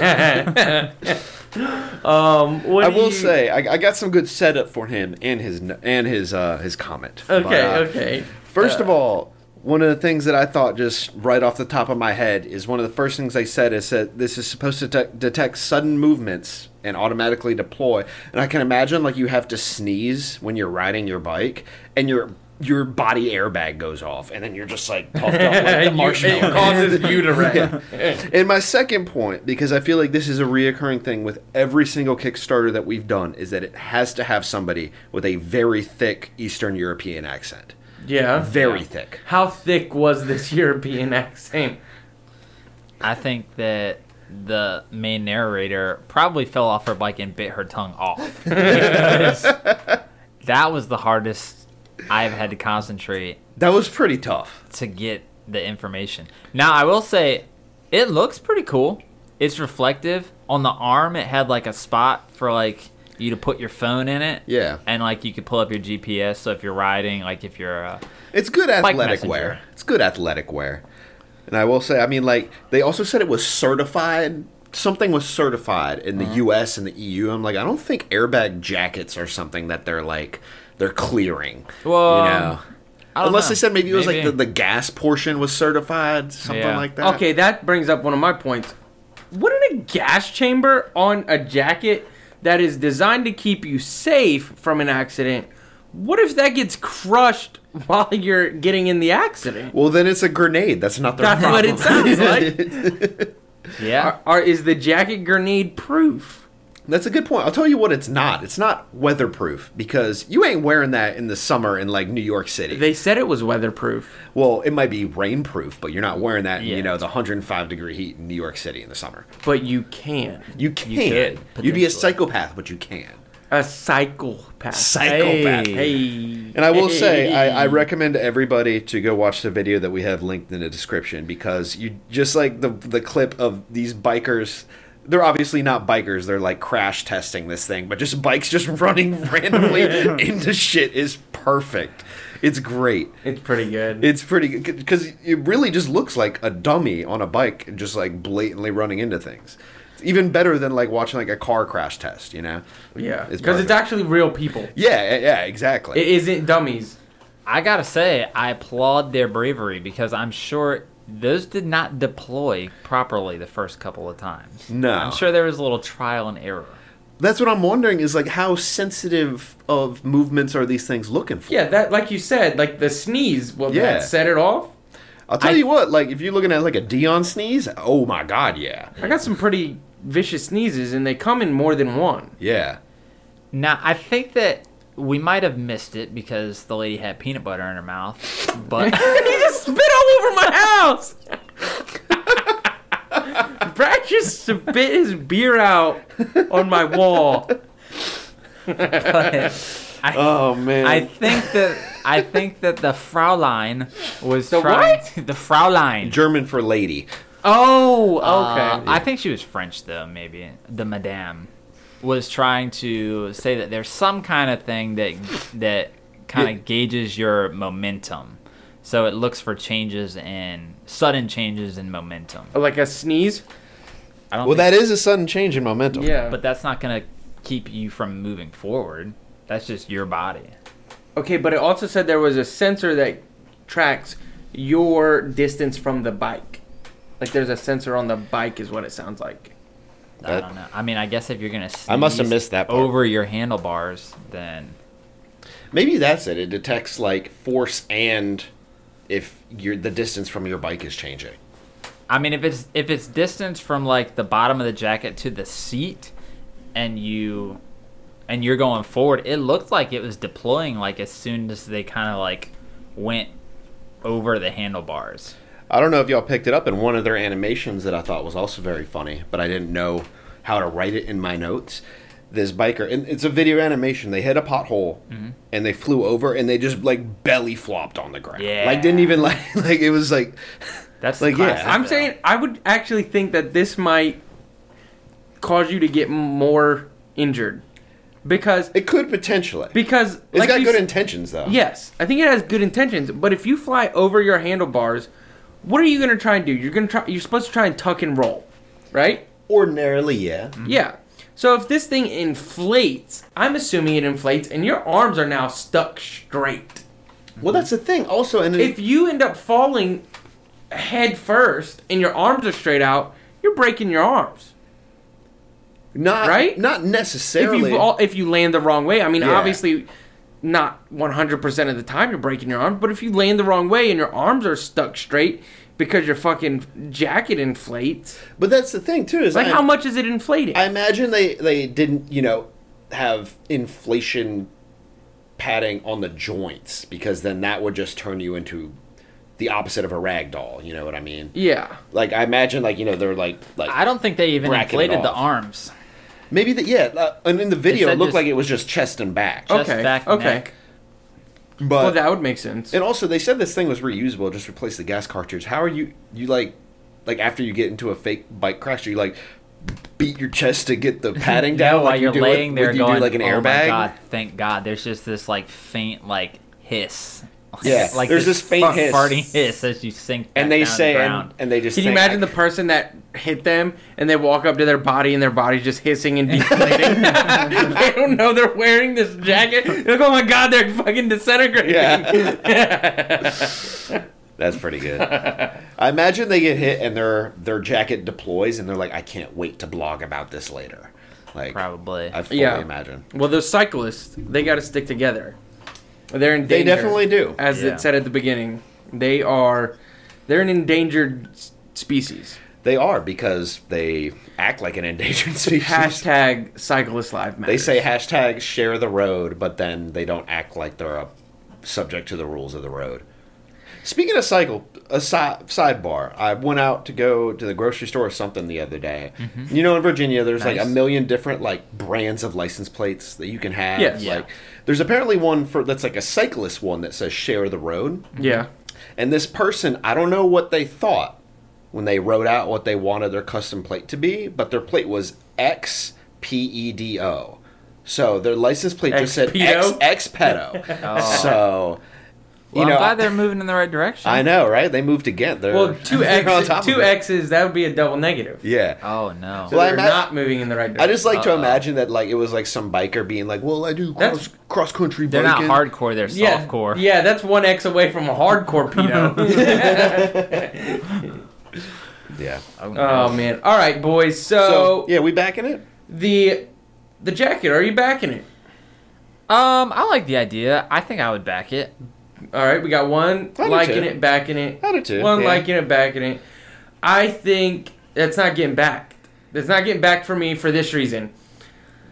Um, what
I
do
will
you-
say, I, I got some good setup for him and his n- and his uh, his comment.
Okay.
But, uh,
okay.
First of all, one of the things that I thought just right off the top of my head is one of the first things they said is that this is supposed to de- detect sudden movements and automatically deploy. And I can imagine like you have to sneeze when you're riding your bike and your your body airbag goes off, and then you're just like puffed
*laughs*
up like the
You- it
marshmallow.
causes you
*laughs*
to wreck.
And my second point, because I feel like this is a reoccurring thing with every single Kickstarter that we've done, is that it has to have somebody with a very thick Eastern European accent.
Yeah.
Very thick.
How thick was this *laughs* European accent?
I think that the main narrator probably fell off her bike and bit her tongue
*laughs*
off. Because that was the hardest I've had to concentrate
That was pretty tough.
to get the information. Now, I will say, it looks pretty cool. It's reflective. On the arm, it had like a spot for like you to put your phone in it.
Yeah.
And like you could pull up your GPS. So if you're riding, like if you're. Uh,
It's good athletic
messenger.
wear. It's good athletic wear. And I will say, I mean, like, they also said it was certified. Something was certified in the US and the EU. I'm like, I don't think airbag jackets are something that they're like, they're clearing.
Well,
you know?
I don't
Unless
know.
they said maybe it was like
Maybe.
the, the gas portion was certified, something
Yeah.
like that.
Okay, that brings up one of my points. Wouldn't a gas chamber on a jacket that is designed to keep you safe from an accident? What if that gets crushed *laughs* while you're getting in the accident?
Well, then it's a grenade. That's not the
That's
problem.
what it
*laughs*
sounds like.
yeah.
Are, are- is the jacket grenade proof?
That's a good point. I'll tell you what it's not. It's not weatherproof because you ain't wearing that in the summer in like New York City.
They said it was weatherproof.
well, it might be rainproof, but you're not wearing that in,
Yeah.
you know, the 105 degree heat in New York City in the summer.
But you can't.
You can.
could,
You would be a
potentially.
psychopath, but you can.
A psychopath.
Psychopath.
hey.
And I will say, I, I recommend everybody to go watch the video that we have linked in the description because you just like the the clip of these bikers. They're obviously not bikers. They're like crash testing this thing, but just bikes just *laughs* running randomly into shit is perfect. It's great.
It's pretty good.
It's pretty because it really just looks like a dummy on a bike, and just like blatantly running into things. It's even better than like watching like a car crash test, you know?
yeah. Because
perfect.
it's actually real people.
yeah, yeah, yeah, exactly.
It isn't dummies.
I gotta say, I applaud their bravery because I'm sure those did not deploy properly the first couple of times.
No.
I'm sure there was a little trial and error.
That's what I'm wondering is like how sensitive of movements are these things looking for?
Yeah, that like you said, like the sneeze. Well,
Yeah.
that set it off.
I'll tell
I-
you what, like if you're looking at like a Dion sneeze, oh my god, yeah.
I got some pretty vicious sneezes, and they come in more than *laughs* one.
Yeah.
Now, I think that we might have missed it because the lady had peanut butter in her mouth, but *laughs*
he just spit all over my *laughs* house. Brad just spit his beer out on my wall.
Oh man.
I think that I think that the Fraulein was
The
trying
what?
to- *laughs* the Fraulein.
German for lady.
*laughs* Oh, okay.
Uh, I think she was French, though, maybe. The Madame was trying to say that there's some kind of thing that that kind of gauges your momentum. So it looks for changes in sudden changes in momentum.
like a sneeze.
I don't
Well,
think,
that is a sudden change in momentum.
Yeah.
but that's not going to keep you from moving forward. That's just your body.
okay, but it also said there was a sensor that tracks your distance from the bike. Like there's a sensor on the bike, is what it sounds like.
I don't know. I mean, I guess if you're going to
I must have missed that part.
over your handlebars, then
Maybe that's it. It detects like force and if you're the distance from your bike is changing.
I mean, if it's if it's distance from like the bottom of the jacket to the seat, and you, and you're going forward, it looked like it was deploying like as soon as they kind of like went over the handlebars.
I don't know if y'all picked it up in one of their animations that I thought was also very funny, but I didn't know how to write it in my notes. This biker, and it's a video animation. They hit a pothole
Mm-hmm.
and they flew over and they just like belly flopped on the ground.
Yeah.
Like didn't even *laughs* like like it was like
That's
Like, yeah,
classic,
I'm
though.
saying I would actually think that this might cause you to get more injured because
it could potentially.
because
it's got
you
good
s-
intentions though.
Yes, I think it has good intentions, but if you fly over your handlebars, what are you going to try and do? You're going to try you're supposed to try and tuck and roll, right?
Mm-hmm. Ordinarily, yeah.
Yeah. So if this thing inflates, I'm assuming it inflates and your arms are now stuck straight.
Well that's the thing. Also and
If you end up falling head first and your arms are straight out, you're breaking your arms.
not
right?
not
if
necessarily
you fall, if you land the wrong way. I mean,
Yeah.
obviously, not 100% of the time you're breaking your arm, but if you land the wrong way and your arms are stuck straight because your fucking jacket inflates,
But that's the thing too. Is
like
I-
how much is it inflating?
I imagine they they didn't you know have inflation padding on the joints because then that would just turn you into the opposite of a rag doll. You know what I mean?
yeah.
Like I imagine like you know they're like like
I don't think they even
Bracket it
inflated the
off.
arms.
maybe that yeah. Uh, and in the video,
said
it looked
just-
like it was just chest and back.
Just
okay.
back,
okay.
neck.
But
Well, that would make sense.
And also, they said this thing was reusable. Just replace the gas cartridge. How are you? You like, like after you get into a fake bike crash, do you like beat your chest to
*laughs*
get the padding
You know,
down
while
like
you're
do
laying
it,
there
you
going,
do like an
oh my
airbag.
god, thank God. There's just this like faint like hiss. *laughs*
Yeah,
like
there's this faint
fart-
hiss.
farting hiss as you sink. back
And they
down to the
say, and,
ground.
and they just
Can you
think,
imagine
like,
the person that hit them and they walk up to their body and their body's just hissing and
*laughs*
deflating? *laughs* they don't know they're wearing this jacket. They're like, oh my god, they're fucking disintegrating.
Yeah. That's
*laughs*
pretty good. I imagine they get hit and their their jacket deploys and they're like, I can't wait to blog about this later. Like
probably.
I fully
Yeah.
imagine.
Well, those cyclists, they got to stick together. They're in danger.
They definitely do.
As
Yeah.
it said at the beginning, they are they're an endangered s- species.
They are because they act like an endangered *laughs* species.
Hashtag cyclist life matters.
They say hashtag share the road, but then they don't act like they're uh, subject to the rules of the road. Speaking of cycle, a si- sidebar. I went out to go to the grocery store or something the other day.
Mm-hmm.
You know, in Virginia, there's like a million different like brands of license plates that you can have.
Yes.
Like, there's apparently one for that's like a cyclist one that says share the road.
yeah.
And this person, I don't know what they thought when they wrote out what they wanted their custom plate to be, but their plate was X P E D O. So their license plate just said X
X-pedo? *laughs*
X pedo.
Oh.
So you
Well,
know,
I'm glad they're moving in the right direction.
I know, right? They moved to Ghent. *laughs* They're,
Well, two
they're on
X,
top of
two
it.
X's. That would be a double negative.
Yeah.
Oh no.
So
Well, I
they're
imag-
not moving in the right
I
direction.
just like to imagine that like it was like some biker being like, "Well, I do
That's-
cross cross country
they're
biking."
not hardcore. They're
yeah,
softcore.
Yeah, that's one X away from a hardcore pedo.
Yeah.
Oh, no.
oh man. All right, boys.
So
So,
yeah, we back in it.
the the jacket. Are you backing it?
Um, I like the idea. I think I would back it.
All right, we got one
I do
liking
too.
it, backing it.
I do too,
One
yeah.
liking it, backing it. I think that's not getting backed. That's not getting backed for me for this reason.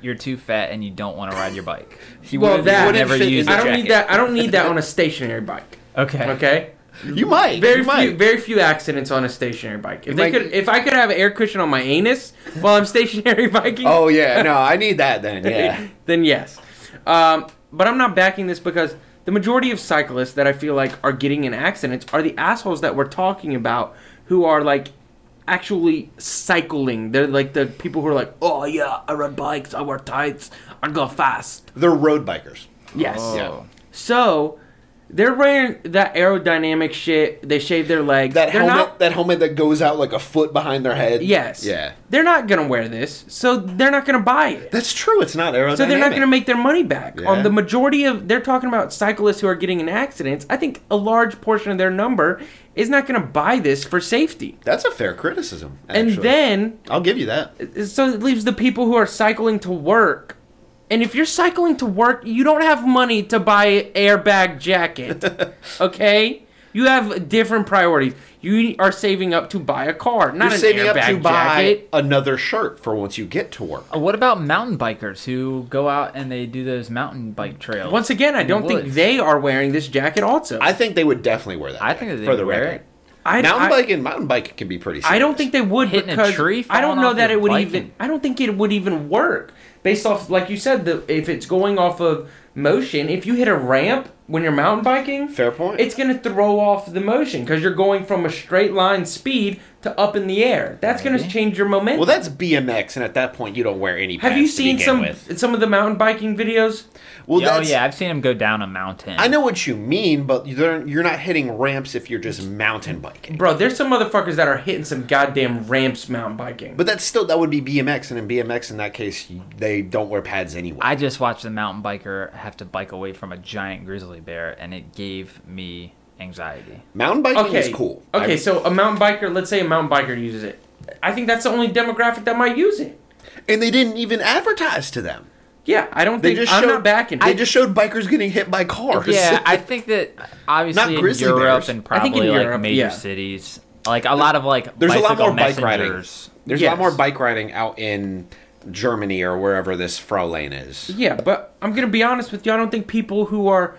You're too fat and you don't want to ride your bike.
He
Well,
wouldn't-
that-
wouldn't
Never
fit
use
in
I
the
don't
jacket.
need that. I don't need that on a stationary bike.
Okay.
Okay.
You might.
Very
you
few,
might.
very few accidents on a stationary bike. If they
might-
could, if I could have an air cushion on my anus while I'm stationary *laughs* biking,
Oh yeah, no, I need that
*laughs*
then. Yeah.
then yes. Um, but I'm not backing this because the majority of cyclists that I feel like are getting in accidents are the assholes that we're talking about who are like actually cycling. They're like the people who are like, oh yeah, I ride bikes, I wear tights, I go fast.
They're road bikers.
Yes.
Yeah.
So they're wearing that aerodynamic shit. They shave their legs.
That
they're
helmet,
not
that helmet that goes out like a foot behind their head.
Yes.
Yeah.
They're not gonna wear this, so they're not gonna buy it.
That's true. It's not aerodynamic.
So they're not gonna make their money back.
Yeah.
On the majority of they're talking about cyclists who are getting in accidents. I think a large portion of their number is not gonna buy this for safety.
That's a fair criticism.
And
actually.
then
I'll give you that.
so it leaves the people who are cycling to work. And if you're cycling to work, you don't have money to buy an airbag
*laughs*
jacket. okay? You have different priorities. You are saving up to buy a car, not
You're
an
saving
airbag
up to
jacket.
buy another shirt for once you get to work.
What about mountain bikers who go out and they do those mountain bike trails?
Once again, I
in the
don't think
woods?
they are wearing this jacket. Also,
I think they would definitely wear that.
I
jacket,
think that they
for
would
the
wear
record.
it.
I,
mountain
I-
bike and mountain bike can be pretty. Serious.
I don't think they would
Hitting a
because
tree,
I don't
falling
know
off
that
your
it would
bike
even.
and-
I don't think it would even work based off, like you said, the if it's going off of motion. If you hit a ramp when you're mountain biking,
Fair point.
It's gonna throw off the motion because you're going from a straight line speed to up in the air. That's gonna change your momentum.
Well, that's BMX, and at that point, you don't wear any.
Have
pads
you
to
seen
begin
some
With.
some of the mountain biking videos?
Well,
oh
that's,
yeah, I've seen them go down a mountain.
I know what you mean, but you're you're not hitting ramps if you're just mountain biking.
Bro, there's some motherfuckers that are hitting some goddamn ramps mountain biking.
But that's still that would be BMX, and in BMX, in that case, you- they don't wear pads anyway.
I just watched the mountain biker have to bike away from a giant grizzly bear, and it gave me anxiety.
Mountain biking is cool.
Okay,
I-
so a mountain biker, let's say a mountain biker uses it. I think that's the only demographic that might use it.
and they didn't even advertise to them.
Yeah, I don't
They
think
just
I'm
showed,
not backing.
They just showed bikers getting hit by cars. *laughs*
Yeah, I think that obviously in
grizzly
Europe
bears.
and
I think in
probably like
Europe,
major
yeah.
cities, like a lot of like
There's a lot
bicycle
more bike riding.
messengers.
There's a
Yes.
lot more bike riding out in Germany or wherever this Fraulein is.
Yeah, but I'm gonna be honest with you. I don't think people who are,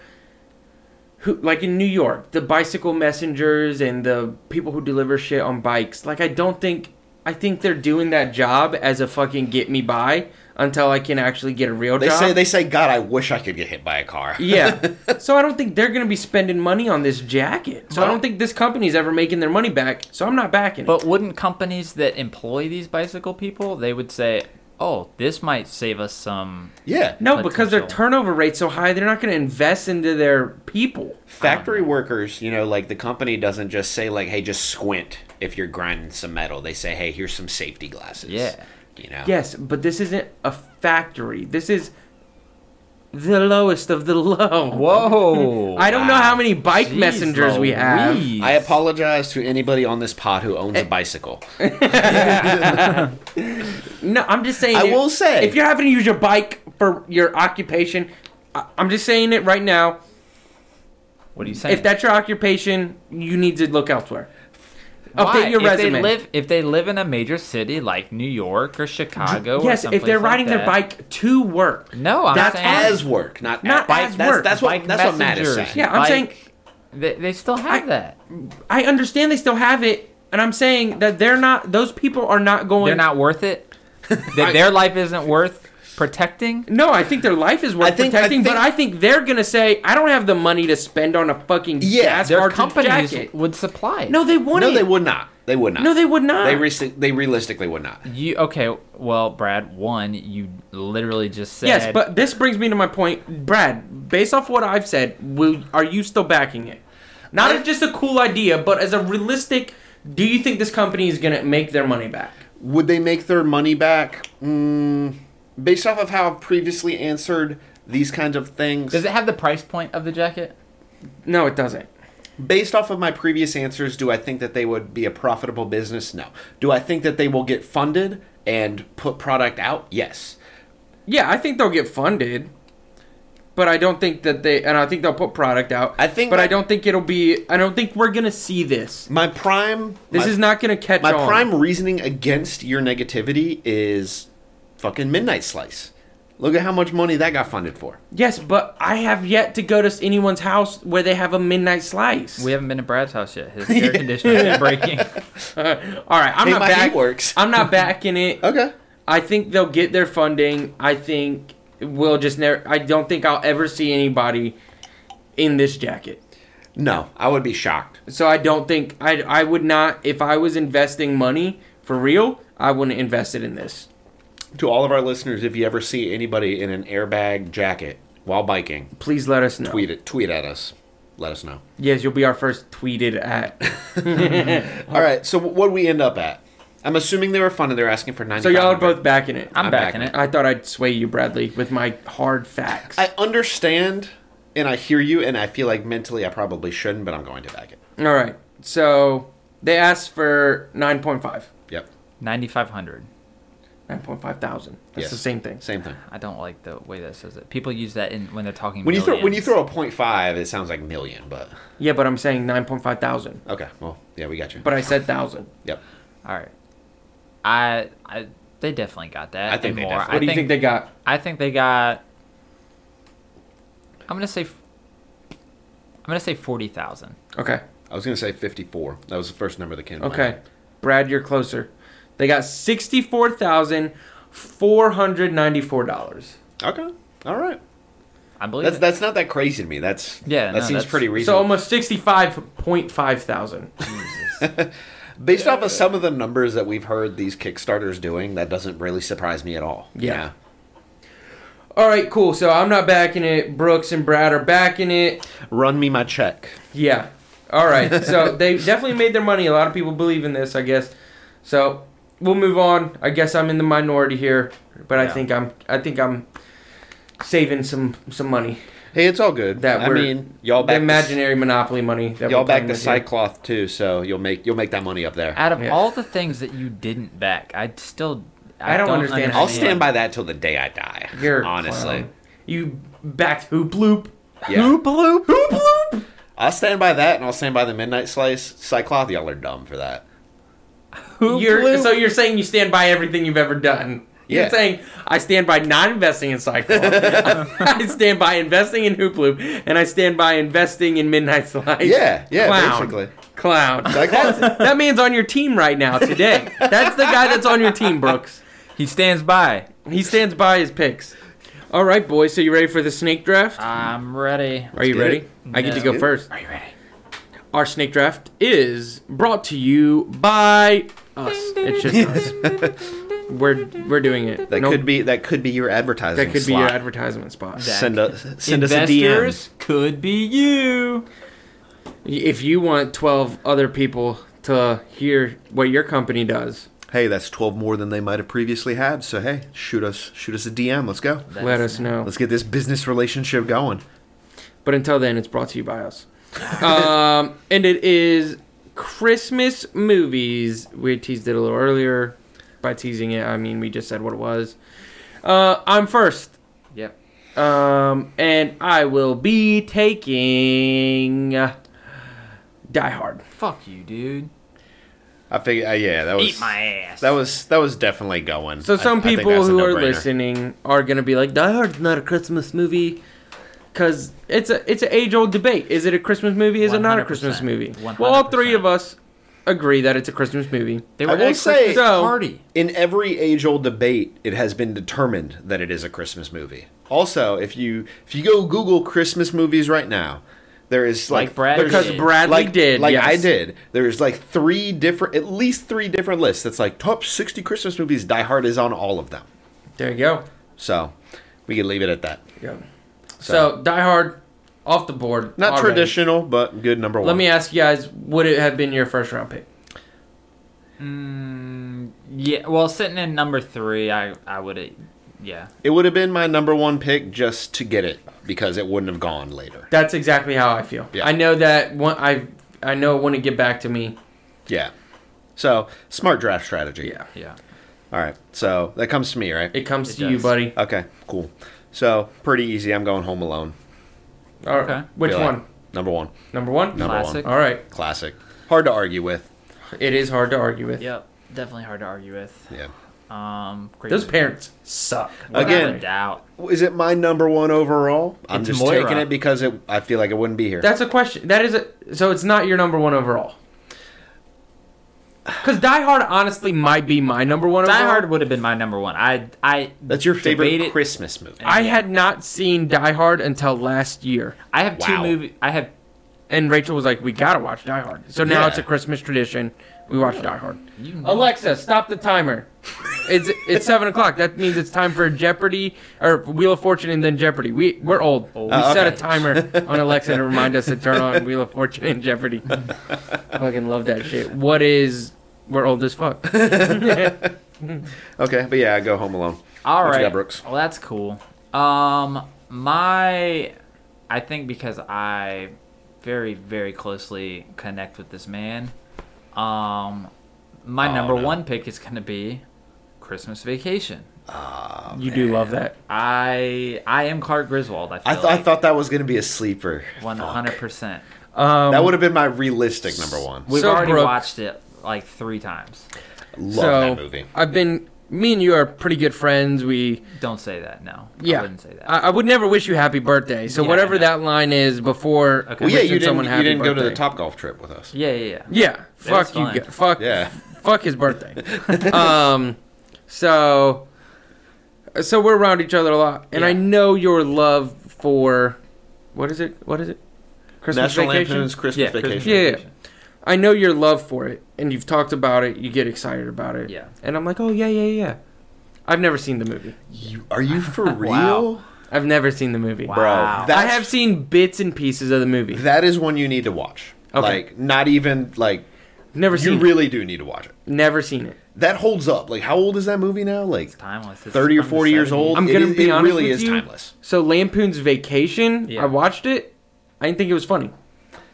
who like in New York, the bicycle messengers and the people who deliver shit on bikes. Like, I don't think. I think they're doing that job as a fucking get me by until I can actually get a real
They
job.
say they say God, I wish I could get hit by a car.
*laughs* yeah. so I don't think they're gonna be spending money on this jacket. So I
But-
don't think this company's ever making their money back. So I'm not backing. it.
But wouldn't companies that employ these bicycle people, they would say, "Oh, this might save us some."
*laughs* Yeah.
no, because their
potential.
turnover rate's so high, they're not gonna invest into their people.
Factory workers, you know, like the company doesn't just say like, "Hey, just squint if you're grinding some metal." They say, "Hey, here's some safety glasses."
Yeah.
You know.
Yes, but this isn't a factory. This is the lowest of the low.
*laughs* Whoa!
I don't know how many bike messengers we have.
I apologize to anybody on this pod who
Eh,
owns a bicycle.
No, I'm just saying.
I
if-
will say-
if you're having to use your bike for your occupation, I- I'm just saying it right now.
What are you saying?
If that's your occupation, you need to look elsewhere.
Why?
Update your
if
resume.
They live, if they live in a major city like New York or Chicago,
yes,
or
if
someplace
they're
like
riding their
that-
bike to work.
No, I'm
That's
saying
As work, not,
Not
bike-
as
that's,
work.
That's what
bike
that's what Matt is
messengers,
saying.
Yeah, I'm
bike-
saying-
they, they still have
I-
that.
I understand they still have it, and I'm saying that they're not. Those people are not going.
They're not worth
*laughs*
it. that their life isn't worth protecting.
No, I think their life is worth
I think- I
protecting, but
think-
I think they're gonna say, "I don't have the money to spend on a fucking
Yeah,
gas
Their
cartridge
companies
jacket."
would supply it.
No, they wouldn't.
No, they would not. They would not.
No, they would not.
They re- they realistically would not.
You okay? Well, Brad, one, you literally just said
Yes, but this brings me to my point, Brad. Based off what I've said, will are you still backing it? Not as just a cool idea, but as a realistic. Do you think this company is gonna make their money back?
Would they make their money back? Mm, based off of how I've previously answered these kinds of things,
does it have the price point of the jacket?
No, it doesn't.
based off of my previous answers, do I think that they would be a profitable business? No. Do I think that they will get funded and put product out? Yes.
Yeah, I think they'll get funded, but I don't think that they. And I think they'll put product out.
I think
but
that-
I don't think it'll be. I don't think we're gonna see this.
My prime.
This
my-
is not going to catch
My
on.
prime reasoning against your negativity is fucking Midnight Slice. Look at how much money that got funded for.
Yes, but I have yet to go to anyone's house where they have a midnight slice.
We haven't been to Brad's house yet.
*laughs*
His air conditioner's been breaking.
All right, I'm
Hey,
not
my heat
back.
works.
I'm
*laughs*
not backing it.
Okay.
I think they'll get their funding. I think we'll just never. I don't think I'll ever see anybody in this jacket.
No, I would be shocked.
So I don't think I. I would not if I was investing money for real. I wouldn't invest it in this.
To all of our listeners, if you ever see anybody in an airbag jacket while biking,
Please let us know.
tweet it. Tweet at us. Let us *laughs* know.
Yes, you'll be our first tweeted at.
All right. So what would we end up at? I'm assuming they were funded. They're asking for ninety.
So y'all are both backing it.
I'm,
I'm
backing
backing
it.
I thought I'd sway you, Bradley, with my hard facts.
I understand, and I hear you, and I feel like mentally I probably shouldn't, but I'm going to back it.
All right. So they asked for 9.5.
Yep.
Ninety five hundred.
9.5 thousand. That's
Yes.
the same thing.
Same thing.
I don't like the way that says it. People use that in when they're talking.
When you throw when you
millions.
throw a point five, it sounds like million, but
Yeah, but I'm saying 9.5 thousand.
okay. Well, yeah, we got you.
But I said thousand.
yep.
All right. I, I they definitely got that.
I think
and
they
more.
definitely-
What
I
do you think, they got?
I think they got. I'm gonna say. f- I'm gonna say forty thousand.
Okay.
I was gonna say fifty four. That was the first number that came. to my
Okay.
head.
Brad, you're closer. They got $64,494.
Okay. All right.
I believe.
That's
it.
that's not that crazy to me. That's
Yeah,
That
no,
seems
that's-
pretty
So
reasonable.
almost 65.5 thousand.
Based
uh,
off of some of the numbers that we've heard these Kickstarters doing, that doesn't really surprise me at all.
Yeah.
Yeah.
All right, cool. So I'm not backing it. Brooks and Brad are backing it.
Run me my check.
Yeah. All right. *laughs* So they definitely made their money. A lot of people believe in this, I guess. So we'll move on. I guess I'm in the minority here, but I
Yeah.
think I'm I think I'm saving some some money.
Hey, it's all good.
That
I
we're-
mean, y'all
The
back imaginary.
imaginary monopoly money. That
y'all
we're
back the
playing with
Cycloth too, so you'll make you'll make that money up there.
Out of
Yeah.
all the things that you didn't back, I still
I don't understand how
I'll stand by that till the day I die.
You're a
honestly.
clown. You backed hoop loop.
Yeah.
loop. Hoop loop.
I'll stand by that, and I'll stand by the Midnight Slice. Cyclops, y'all are dumb for that.
You're, So you're saying you stand by everything you've ever done.
Yeah.
You're saying I stand by not investing in
*laughs*
Cyclops. I stand by investing in Hoop Loop, and I stand by investing in Midnight Slice.
Yeah, yeah,
Clown.
basically.
Clown.
Cyclops,
that man's on your team right now today. That's the guy that's on your team, Brooks.
He stands by.
He stands by his picks. All right, boys. So you ready for the snake draft?
I'm ready.
Are you
get
ready?
Uh, it.
I get to
Yeah.
go
Let's get it.
first.
Are you ready?
Our snake draft is brought to you by us. It's just us. *laughs* We're we're doing it.
that
No-
could be that could be your advertising.
that could be
slot.
your advertisement spot.
Send us send us a DM.
Investors could be you.
If you want twelve other people to hear what your company does,
Hey, that's twelve more than they might have previously had. So hey, shoot us shoot us a DM. Let's go.
let us know.
Let's get this business relationship going.
But until then, it's brought to you by us. um, *laughs* and it is Christmas movies. We teased it a little earlier. By teasing it, I mean we just said what it was. Uh, I'm first.
Yep.
Um, and I will be taking uh, Die Hard.
Fuck you, dude.
I figure, uh, yeah, that was
Eat my ass.
That was that was definitely going.
So
I-
some
I think
people
that's a
who are
no-brainer.
listening are gonna be like, Die Hard's not a Christmas movie, because it's a it's an age old debate. Is it a Christmas movie? Is it not a Christmas
100%.
movie? Well, all three
100%.
of us agree that it's a Christmas movie.
They
I
were
will
at a
say-
Christmas
So-
party.
in every age-old debate, it has been determined that it is a Christmas movie. Also, if you if you go Google Christmas movies right now, there is like,
Like Brad
there's-
Because
did.
Bradley
like,
did,
like
yes.
I did. There's like three different, at least three different lists. That's like top sixty Christmas movies. Die Hard is on all of them.
There you go.
So we can leave it at that.
Yeah. So, Die Hard off the board.
Not
already.
traditional, but good number one.
Let me ask you guys: Would it have been your first round pick?
Mm, yeah. Well, sitting in number three, I I would. Yeah.
It would have been my number one pick just to get it because it wouldn't have gone later.
That's exactly how I feel.
Yeah.
I know that one. I I know it wouldn't get back to me.
Yeah. So smart draft strategy.
Yeah.
Yeah.
All right. So that comes to me, right?
It comes
It
to you,
does.
buddy.
Okay. Cool. So pretty easy. I'm going Home Alone.
All right.
Okay.
Which
Feel like-
one?
Number one.
Number one.
Number
Classic.
All right.
one. Classic. Hard to argue with.
It is hard to argue with.
Yep. Definitely hard to argue with.
Yeah.
Um. Great
Those
movie.
parents suck.
Without
Again-
a doubt.
Is it my number one overall? I'm
It's
just
Moira.
taking it because it. I feel like it wouldn't be here.
That's a question. That is a. So it's not your number one overall. Because Die Hard honestly might be my number one.
Die
overall.
Hard would have been my number one. I I
That's your favorite
debated-
Christmas movie.
I had not seen Die Hard until last year,
I have two
Wow.
movie. I have
and Rachel was like, "We gotta watch Die Hard." So now
Yeah.
it's a Christmas tradition. We watch Die Hard. Alexa, stop the timer. it's it's seven o'clock. That means it's time for Jeopardy or Wheel of Fortune and then Jeopardy. We we're old. we
Oh,
set a
okay.
timer on Alexa to remind us to turn on Wheel of Fortune and
*laughs*
Jeopardy. Fucking love that shit. What is we're old as
*laughs*
fuck.
Okay, but yeah, I go Home Alone.
All
What
right,
you got, Brooks?
Well, that's cool. Um, my, I think because I very very closely connect with this man. Um, my
Oh,
number
no.
one pick is gonna be Christmas Vacation.
you do love that.
I I am Clark Griswold. I feel
I, th- I thought that was gonna be a sleeper.
one hundred percent.
Um,
That would have been my realistic number one.
We've
So,
already
Brooke-
watched it like three times.
Love
so
that movie.
I've been. Me and you are pretty good friends. We
Don't say that. No,
yeah.
I wouldn't say that.
I, I would never wish you happy birthday. So
Yeah, I
whatever
know.
that line is before
Okay.
Well, yeah,
wishing
you didn't.
someone
You
happy
didn't go to the
birthday.
Top Golf trip with us.
yeah, yeah, yeah.
Yeah,
was
fuck you.
fun.
g- Fuck
Yeah.
Fuck his
*laughs*
birthday. um, so, so we're around each other a lot, and I
Yeah.
know your love for what is it? What is it? Christmas
National
vacation.
Lampoon's Christmas
Yeah, Christmas
Vacation.
Yeah, yeah. I know your love for it, and you've talked about it. You get excited about it.
Yeah.
And I'm like, oh yeah, yeah, yeah. I've never seen the movie.
You- are
*laughs*
you for real,
Wow.
I've never seen the movie.
bro?
Wow.
I
that's-
have seen bits and pieces of the movie.
That is one you need to watch.
Okay.
Like not even like
never
you
seen.
really do need to watch it.
it. Never seen it.
That holds up. Like how old is that movie now? Like
Timeless. It's
thirty or
from the
forty years
70s.
old.
I'm
It
gonna
is-
be
It
honest
really
with
is
you.
timeless.
So Lampoon's Vacation.
Yeah.
I watched it. I didn't think it was funny.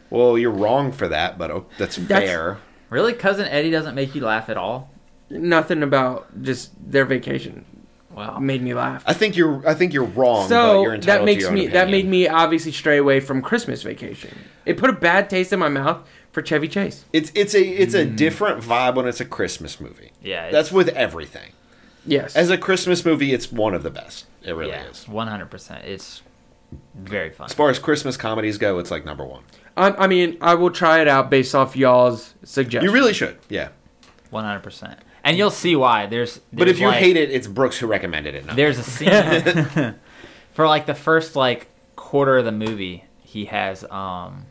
Well, you're wrong for that, but oh, that's, fair.
Really, cousin Eddie doesn't make you laugh at all.
nothing about just their vacation.
Wow.
Made me laugh.
I think you're. I think you're wrong. but you're
Uh, So
entitled
that makes
to your own
me that made
opinion.
me obviously stray away from Christmas vacation. It put a bad taste in my mouth for Chevy Chase.
It's it's a it's a
Hmm.
different vibe when it's a Christmas movie.
Yeah, it's-
that's with everything.
Yes.
As a Christmas movie, it's one of the best. It really
Yeah,
is.
one hundred percent. It's very fun.
As far as Christmas comedies go, it's like number one.
I, I mean, I will try it out based off y'all's suggestion.
You really should. Yeah.
One hundred percent. And you'll see why. There's,
But if you
hate it.
hate it, it's Brooks who recommended it. Not. *laughs*
there's a scene *laughs* for like the first like quarter of the movie he has um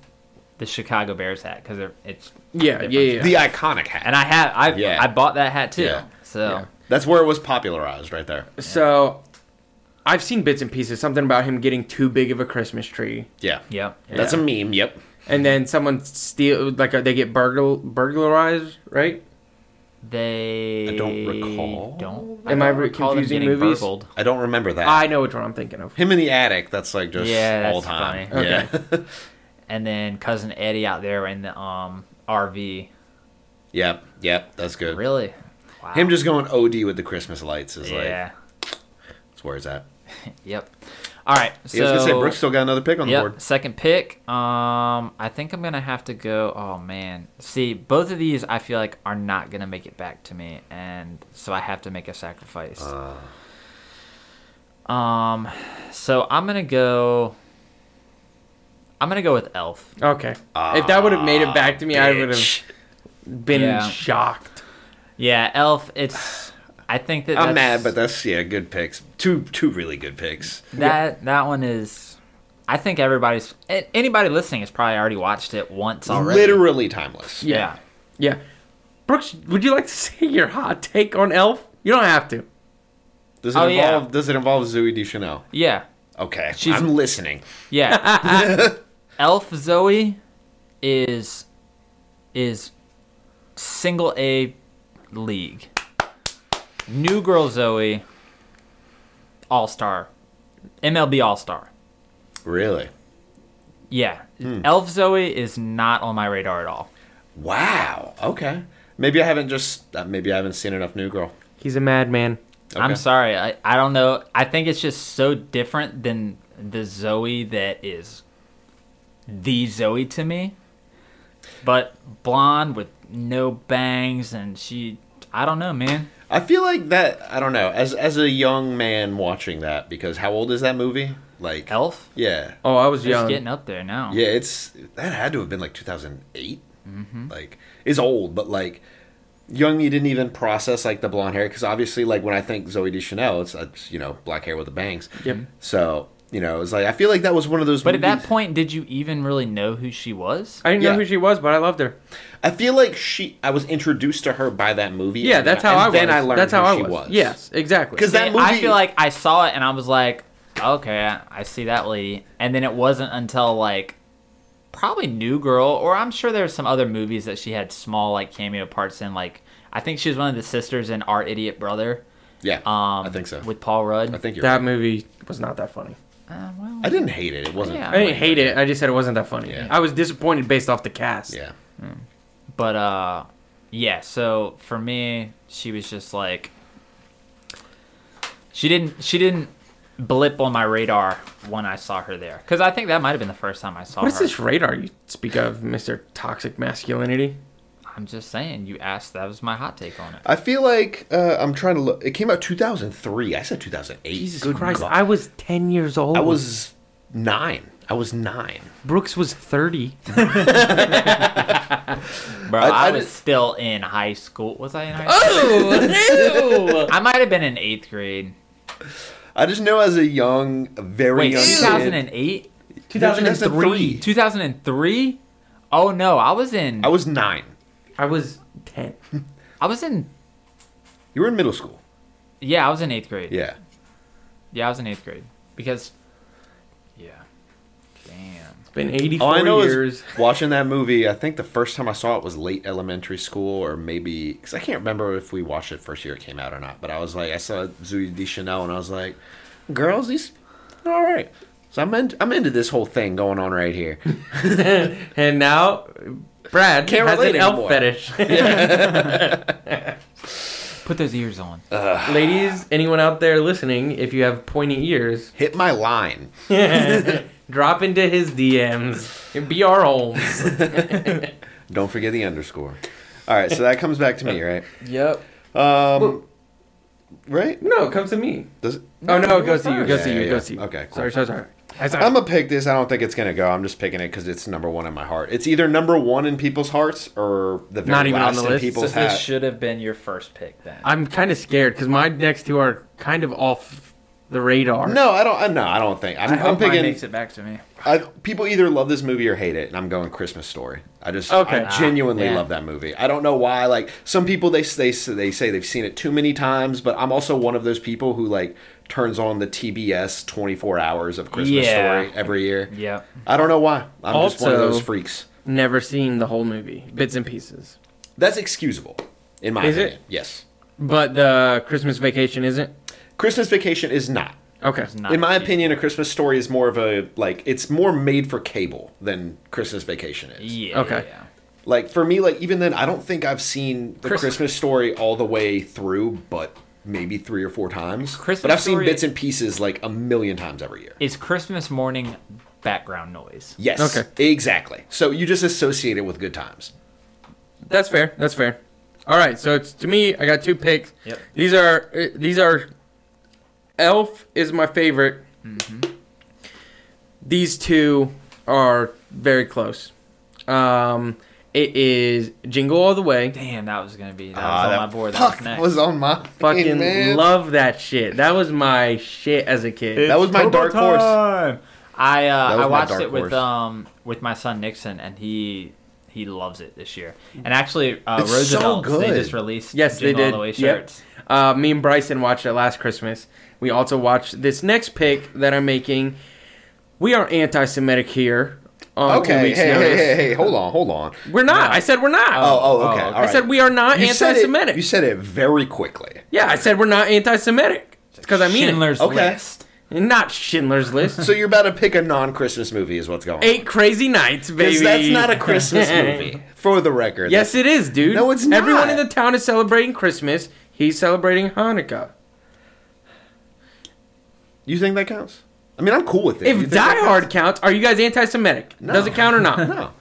the chicago bears hat because they're it's
Yeah, yeah, yeah.
the iconic hat.
and i have i
Yeah.
i bought that hat too
Yeah.
so
That's where it was popularized, right there.
So, I've seen bits and pieces. Something about him getting too big of a Christmas tree,
Yeah.
yep
That's a meme. Yep.
and then someone steal like uh, they get burgl- burglarized, right?
they
I don't recall.
don't
Am I
don't
re-
recall them
confusing
getting
movies?
burgled.
I don't remember that.
I know which one I'm thinking of.
Him in the attic. That's like just
Yeah, that's
all time.
funny.
Yeah.
and then cousin eddie out there in the um rv
*laughs* yep. Yep. That's good.
really wow.
Him just going OD with the Christmas lights is
yeah
like that's where it's at.
yep all right so
Yeah, I was gonna say Brooks still got another pick on the
Yep,
board.
second pick. Um, I think I'm gonna have to go. Oh man, see, both of these I feel like are not gonna make it back to me, and so I have to make a sacrifice.
Uh.
Um, so I'm gonna go. I'm gonna go with Elf.
Okay. if that would have made it back to me, I would
Ah, bitch.
have been
Yeah.
shocked.
Yeah, Elf. It's. I think that that's-
I'm mad, but that's yeah, good picks. Two two really good picks.
that that one is. I think everybody's a- anybody listening has probably already watched it once already.
Literally timeless.
Yeah.
Yeah. Brooks, would you like to *laughs* say your hot take on Elf? You don't have to.
Does it
Oh, yeah.
involve does it involve Zooey Deschanel?
Yeah.
Okay.
She's-
I'm listening.
Yeah. Elf Zoe is is single A league. New Girl Zoe All Star. MLB All Star.
Really?
Yeah. Elf Zoe is not on my radar at all.
Wow. Okay. Maybe I haven't just uh, maybe I haven't seen enough New Girl.
He's a madman.
Okay.
I'm sorry. I, I don't know. I think it's just so different than the Zoe that is the Zoe to me. But blonde with no bangs and she I don't know, man.
I feel like that I don't know, as as a young man watching that because how old is that movie? Like
Elf?
Yeah.
Oh, I was
She's
young.
getting up there now.
Yeah, it's that had to have been like 2008.
Mm-hmm.
Like it's old, but like young, you didn't even process like the blonde hair because obviously, like when I think Zoe Deschanel, it's, uh, it's you know black hair with the bangs.
Yep.
So you know, it's like I feel like that was one of those.
But at that
movies-
point, did you even really know who she was?
I didn't
Yeah.
know who she was, but I loved her.
I feel like she, I was introduced to her by that movie.
Yeah,
and
that's
then-
how I
and
was.
Then I learned
that's how
who
I
she
was.
was.
Yes, exactly.
'Cause that
And I
movie-
feel like I saw it and I was like, okay, I see that lady. And then it wasn't until like probably New Girl, or I'm sure there were some other movies that she had small like cameo parts in. Like I think she was one of the sisters in Art Idiot Brother.
Yeah,
Um,
I think so.
With Paul Rudd.
I think you're.
that
right.
movie was not that funny.
Uh, well,
I didn't hate it. It wasn't.
Yeah.
I didn't hate it. I just said it wasn't that funny.
Yeah.
I was disappointed based off the cast.
Yeah.
but uh, yeah. So for me, she was just like she didn't she didn't blip on my radar when I saw her there because I think that might have been the first time I saw
What
her.
is this radar you speak of, Mister Toxic Masculinity?
I'm just saying, you asked. That was my hot take on it.
I feel like uh, I'm trying to look. It came out 2003. I said 2008. Jesus
Christ, I was ten years old.
I was nine. I was nine.
Brooks was thirty.
Bro,
I-
I,
I Oh,
was
didn't-
still in high school. Was I in high school? *laughs* I might have been in eighth grade.
I just know as a young, a very
Wait,
young kid.
2008?
2003.
2003? Oh no, I was in.
I was nine.
I was ten.
I was in.
You were in middle school.
Yeah, I was in eighth grade. Yeah,
Yeah.
I was in eighth grade because. Yeah. Damn.
It's been eighty-four
All I know
years. *laughs*
is watching that movie. I think the first time I saw it was late elementary school, or maybe because I can't remember if we watched it first year it came out or not. But I was like, I saw Zooey Deschanel, and I was like, "Girls, these are all right." So I'm in, I'm into this whole thing going on right
*laughs*
here.
and now Brad
Can't
has
*laughs* relate
an elf
anymore.
fetish.
Put those ears on.
Ladies, anyone out there listening, if you have pointy ears,
Hit my line.
drop into his DMs. And Be our Holmes.
Don't forget the underscore. All right, so that comes back to me, right?
yep.
Right?
No, it comes to me.
Does it?
Oh no, it goes to you. It goes to
Yeah,
you. It
yeah,
goes to
yeah.
you.
Okay, cool.
Sorry, sorry, sorry.
I'm gonna pick this. I don't think it's gonna go. I'm just picking it because it's number one in my heart. It's either number one in people's hearts or the very
Not even on
last
the
in
list?
people's
So this
hat.
should have been your first pick then.
I'm kind of scared because my next two are kind of off the radar.
No, I don't. I- No, I don't think. I'm,
I
I am i am
hope mine
picking.
makes it back to me.
I, people either love this movie or hate it, and I'm going Christmas Story. I just
Okay.
I genuinely
Ah, yeah.
love that movie. I don't know why. Like some people, they they they say they've seen it too many times, but I'm also one of those people who like turns on the TBS 24 hours of Christmas
Yeah.
Story every year.
Yep.
I don't know why. I'm just one of
Also-
those freaks.
Never seen the whole movie, bits and pieces.
That's excusable, in my
Is it?
opinion. Yes.
But the Christmas Vacation isn't.
Christmas Vacation is not.
Okay.
Not
in my
cheap.
opinion, a Christmas story is more of a like it's more made for cable than Christmas Vacation is.
Yeah.
Okay.
yeah, yeah.
Like for me, like even then, I don't think I've seen the
Christ-
Christmas, story all the way through, but maybe three or four times.
Christmas
but I've seen
Story-
bits and pieces like a million times every year.
Is Christmas morning background noise?
Yes.
Okay.
Exactly. So you just associate it with good times.
That's fair. That's fair. All right, so it's to me. I got two picks.
Yep.
These are uh, these are. Elf is my favorite. These two are very close. Um, it is Jingle All the Way.
Damn, that was gonna be that
Ah,
was on
that
my board. That
fuck
was next.
was on my
Fucking
man.
love that shit. That was my shit as a kid.
That was my dark horse.
horse. I uh, I
That was my
watched
dark
it with
horse.
um with my son Nixon, and he he loves it this year. And actually, uh,
It's so
Roosevelt they
good.
just released
Mm. Yes,
Jingle
they did.
All the way
Yep.
shirts.
Uh, me and Bryson watched it last Christmas. We also watched this next pick that I'm making. We are anti-Semitic here. On two
Okay. Hey,
weeks
hey,
notice.
hey, hey, Hold on. Hold on.
We're not. I said we're not.
Oh, oh, okay.
Oh,
all
I
right.
said we are not
You said it-
anti-Semitic.
You said it very quickly.
yeah, I said we're not anti-Semitic because I mean
Schindler's
Okay.
List.
it. Not Schindler's List.
*laughs* So you're about to pick a non-Christmas movie, is what's going on.
Eight Crazy Nights, baby.
Because that's not a
*laughs*
Christmas movie, for the record.
yes, it is, dude.
No, it's not.
Everyone in the town is celebrating Christmas. He's celebrating Hanukkah.
You think that counts? I mean, I'm cool with it. You
If
think
Die
that
Hard counts, are you guys anti-Semitic? Does it count or not?
*laughs* counts? No.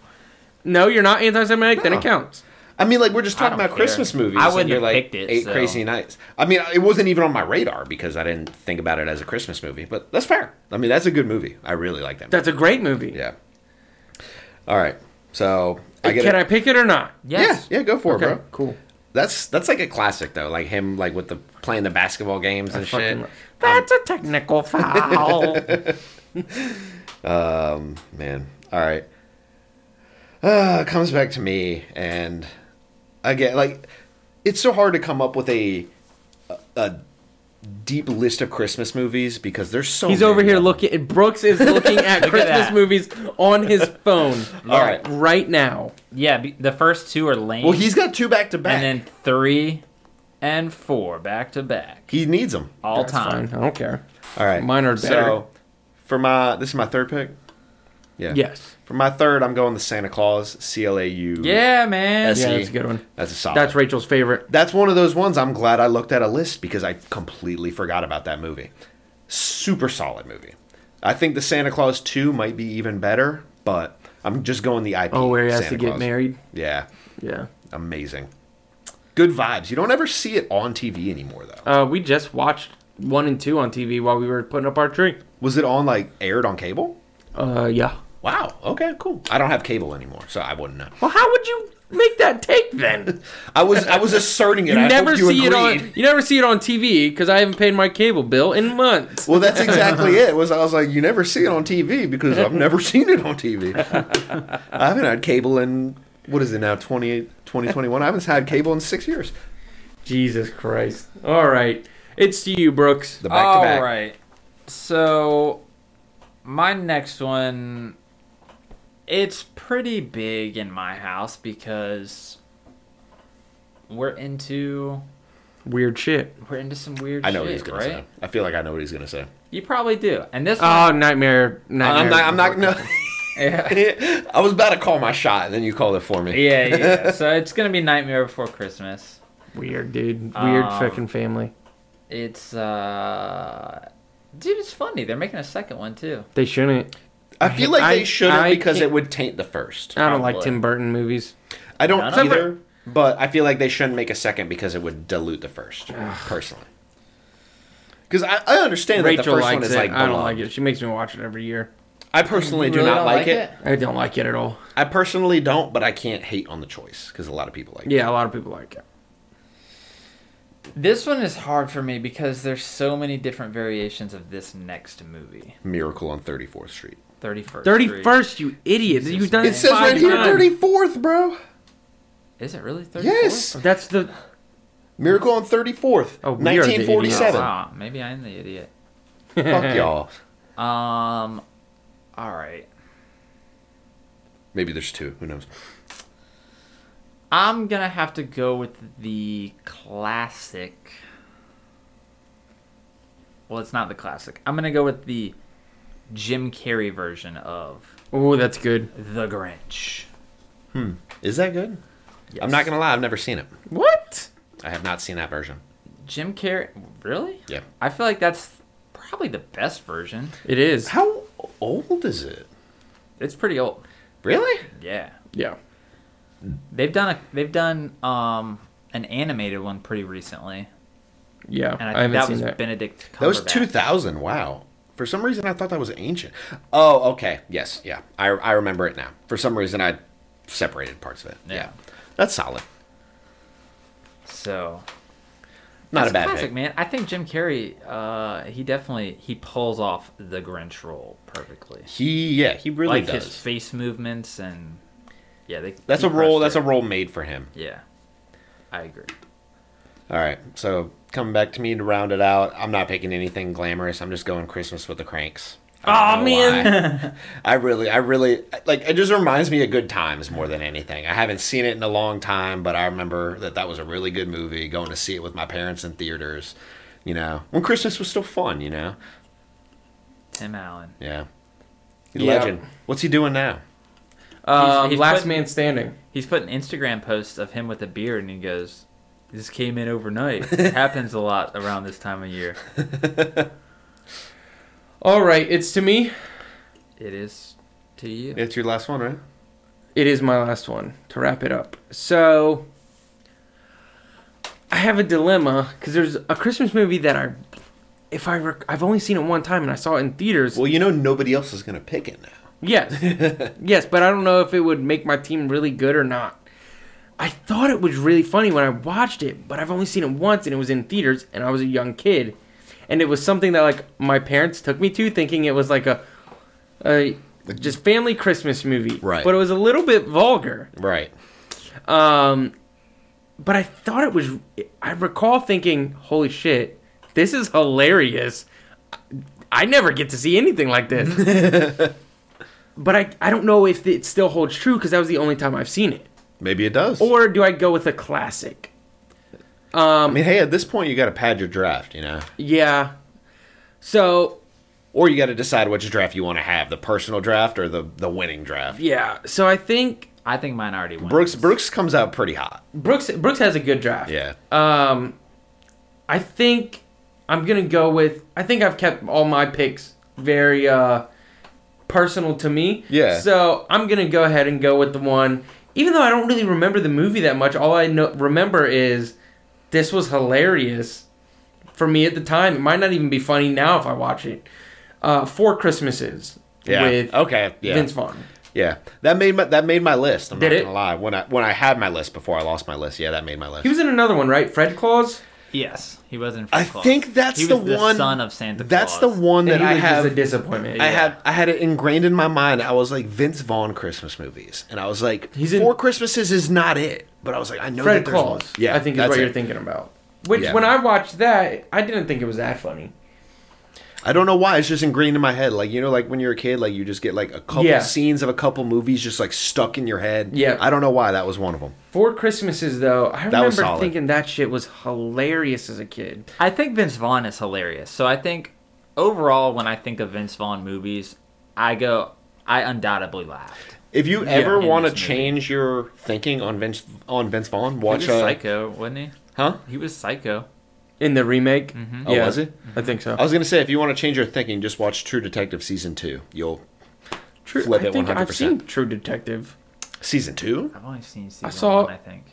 No, you're not anti-Semitic. Then it
No.
counts.
I mean, like we're just talking
don't
about
care.
Christmas movies.
I
and
wouldn't
you're,
have
like,
picked it,
Eight
so-
Crazy Nights. I mean, it wasn't even on my radar because I didn't think about it as a Christmas movie. But that's fair. I mean, that's a good movie. I really like that.
That's a great movie.
movie. yeah. All right. So I get
Can
it.
I pick it or not?
Yes.
Yeah. Yeah. Go for
Okay,
it, bro.
cool.
That's that's like a classic though. Like him, like with the playing the basketball games and shit. Um, Oh,
Fucking- That's a technical
*laughs*
foul.
man. All right. Uh, it comes back to me, and again, like it's so hard to come up with a a deep list of Christmas movies because there's so.
He's
many
over here
of them.
looking. Brooks
*laughs*
is looking at Christmas
that.
movies on his phone.
All right.
right now.
Yeah, be- the first two are lame.
Well, he's got two back to back.
and then three and four back to back
he needs them.
all
That's
time.
fine. I don't care.
All right,
Oh, Mine are better.
So for my this is my third pick. Yeah.
Yes.
For my third, I'm going the Santa Claus C L A U.
Yeah, man.
S E.
Yeah, that's a good one.
That's a solid.
That's Rachel's favorite.
That's one of those ones I'm glad I looked at a list because I completely forgot about that movie. Super solid movie. I think the Santa Claus 2 might be even better, but I'm just going the IP.
Oh, where he has
Santa
to get
Claus.
married.
Yeah,
Yeah.
amazing. Good vibes. You don't ever see it on TV anymore, though.
Uh, we just watched one and two on TV while we were putting up our tree.
Was it on, like, aired on cable?
Uh, yeah.
Wow. Okay, cool. I don't have cable anymore, so I wouldn't know.
Well, how would you make that take *laughs* then?
I was I was asserting it.
You
I
never
hope you
see it
agreed.
on. You never see it on TV because I haven't paid my cable bill in months. *laughs*
Well, that's exactly it. Was I was like, you never see it on TV because I've never *laughs* seen it on
*laughs*
TV. I haven't had cable in what is it now 20, 2021? I haven't had cable in six years.
Jesus Christ! All right, it's to you, Brooks.
The back to back.
All right. So my next one it's pretty big in my house because we're into
Weird shit.
we're into some weird
I know
shit,
what he's gonna
right?
say. I feel like I know what he's gonna say.
You probably do. And this
Oh,
one
nightmare!
I'm
Nightmare.
not. I'm not. No. *laughs* I was about to call my shot, and then you called it for me.
Yeah, yeah. so it's going to be Nightmare Before Christmas.
Weird, dude. Weird fucking family.
It's uh, dude, it's funny. They're making a second one too.
They shouldn't.
*laughs* I feel like
I-
they shouldn't
I
because
can't- Uh,
it would taint the first.
I don't like
Probably.
Tim Burton movies.
I don't
None of
either, but I feel like they shouldn't make a second because it would dilute the first, personally. Because I, I understand that the
Rachel
first
likes
one is
it.
like
I don't
beloved.
like it. She makes me watch it every year.
I personally do
Really
not
don't
like, it.
I don't like it at all.
I personally don't, but I can't hate on the choice because a lot of people like it.
Yeah, a lot of people like it.
This one is hard for me because there's so many different variations of this next movie.
Miracle on 34th Street.
Thirty first.
Thirty first, you idiot!
Jesus,
You've done
man.
it,
It says right
five
here
times.
34th, bro.
Is it really thirty?
Yes.
That's the
Miracle on 34th,
Oh, we are the idiots.
1947.
Oh, Wow, maybe I'm the idiot.
*laughs*
Fuck y'all.
Um, all right.
Maybe there's two. Who knows?
I'm gonna have to go with the classic. Well, it's not the classic. I'm gonna go with the Jim Carrey version of
oh, that's good.
The Grinch.
Is that good?
Yes.
I'm not going to lie. I've never seen it.
What?
I have not seen that version.
Jim Carrey. Really?
Yeah.
I feel like that's probably the best version.
It is.
How old is it?
It's pretty old.
Really?
Yeah.
Yeah.
They've done a they've done um an animated one pretty recently,
Yeah.
and I
I,
think
haven't
that
seen
was
that.
Benedict. Cumberbatch.
That was 2000. Wow. For some reason, I thought that was ancient. Oh, okay. Yes. Yeah. I, I remember it now. For some reason, I separated parts of it. Yeah.
Yeah.
That's solid.
So
Not
That's
a bad
classic,
pick.
man. I think Jim Carrey, uh, he definitely he pulls off the Grinch role perfectly.
He, yeah, he really
like
does.
his face movements and yeah, they,
that's
he
a role.
crushed
That's a
it.
role made for him.
Yeah, I agree.
All right. So coming back to me to round it out, I'm not picking anything glamorous. I'm just going Christmas with the Cranks. Oh man, *laughs* I really, I really like. It just reminds me of good times more than anything. I haven't seen it in a long time, but I remember that that was a really good movie. Going to see it with my parents in theaters, you know, when Christmas was still fun, you know.
Tim Allen.
Yeah,
Yeah.
legend. What's he doing now?
Um,
He's- he's
Last
put-
Man Standing.
He's putting Instagram posts of him with a beard, and he goes, "This came in
*laughs*
overnight. It happens a lot around this time of year.
All right, it's to me.
It is to you."
It's your last one, right?
It is my last one to wrap it up. So I have a dilemma because there's a Christmas movie that I, if I, rec- I've only seen it one time and I saw it in theaters.
Well, you know, nobody else is gonna pick it now.
Yes. yes, but I don't know if it would make my team really good or not. I thought it was really funny when I watched it, but I've only seen it once and it was in theaters and I was a young kid. And it was something that like my parents took me to thinking it was like a a just family Christmas movie.
Right.
But it was a little bit vulgar.
Right.
Um, but I thought it was. I recall thinking, "Holy shit, this is hilarious! I never get to see anything like this." but I, I don't know if it still holds true because that was the only time I've seen it.
Maybe it does.
Or do I go with a classic?
I mean, hey, at this point, you got to pad your draft, you know,
Yeah. So
or you got to decide which draft you want to have—the personal draft or the the winning draft.
yeah. So I think
I think mine already went.
Brooks Brooks comes out pretty hot.
Brooks Brooks has a good draft.
Yeah,
Um, I think I'm gonna go with. I think I've kept all my picks very uh, personal to me.
Yeah.
So I'm gonna go ahead and go with the one. Even though I don't really remember the movie that much, all I know, remember is this was hilarious for me at the time. It might not even be funny now if I watch it. Uh, Four Christmases
yeah.
with
okay, yeah,
Vince Vaughn.
yeah. That made my that made my list. I'm
Did
not
it?
gonna lie. When I when I had my list before I lost my list, yeah, that made my list.
He was in another one, right? Fred Claus.
Yes, he was in.
I
Claus.
think that's
he
the
was the
one.
Son of Santa.
That's
Claus.
the one
And
that
he
I
was just
have.
a disappointment.
I had I had it ingrained in my mind. I was like Vince Vaughn Christmas movies, and I was like,
He's in-
Four Christmases is not it, but I was like, I know
Fred
that there's one.
Claus. I think is
that's
what
it.
you're thinking about. Which,
Yeah.
when I watched that, I didn't think it was that funny.
I don't know why. It's just ingrained in my head. Like you know, like when you're a kid, like you just get like a couple
Yeah.
scenes of a couple movies just like stuck in your head.
Yeah.
I don't know why that was one of them.
Four Christmases, though, I
That was
remember
solid.
thinking that shit was hilarious as a kid.
I think Vince Vaughn is hilarious. So I think overall, when I think of Vince Vaughn movies, I go, I undoubtedly laughed.
If you ever
in
want to
this movie.
change your thinking on Vince on Vince Vaughn,
He
watch
was
uh,
psycho, wasn't he?
Huh?
He was psycho.
in the remake.
Oh, was he?
I think so.
I was gonna say if you want to change your thinking, just watch True Detective season two. You'll
True,
flip
I
it
think I've
100%.
seen True Detective.
season two.
I've only seen season
saw-
one, I think.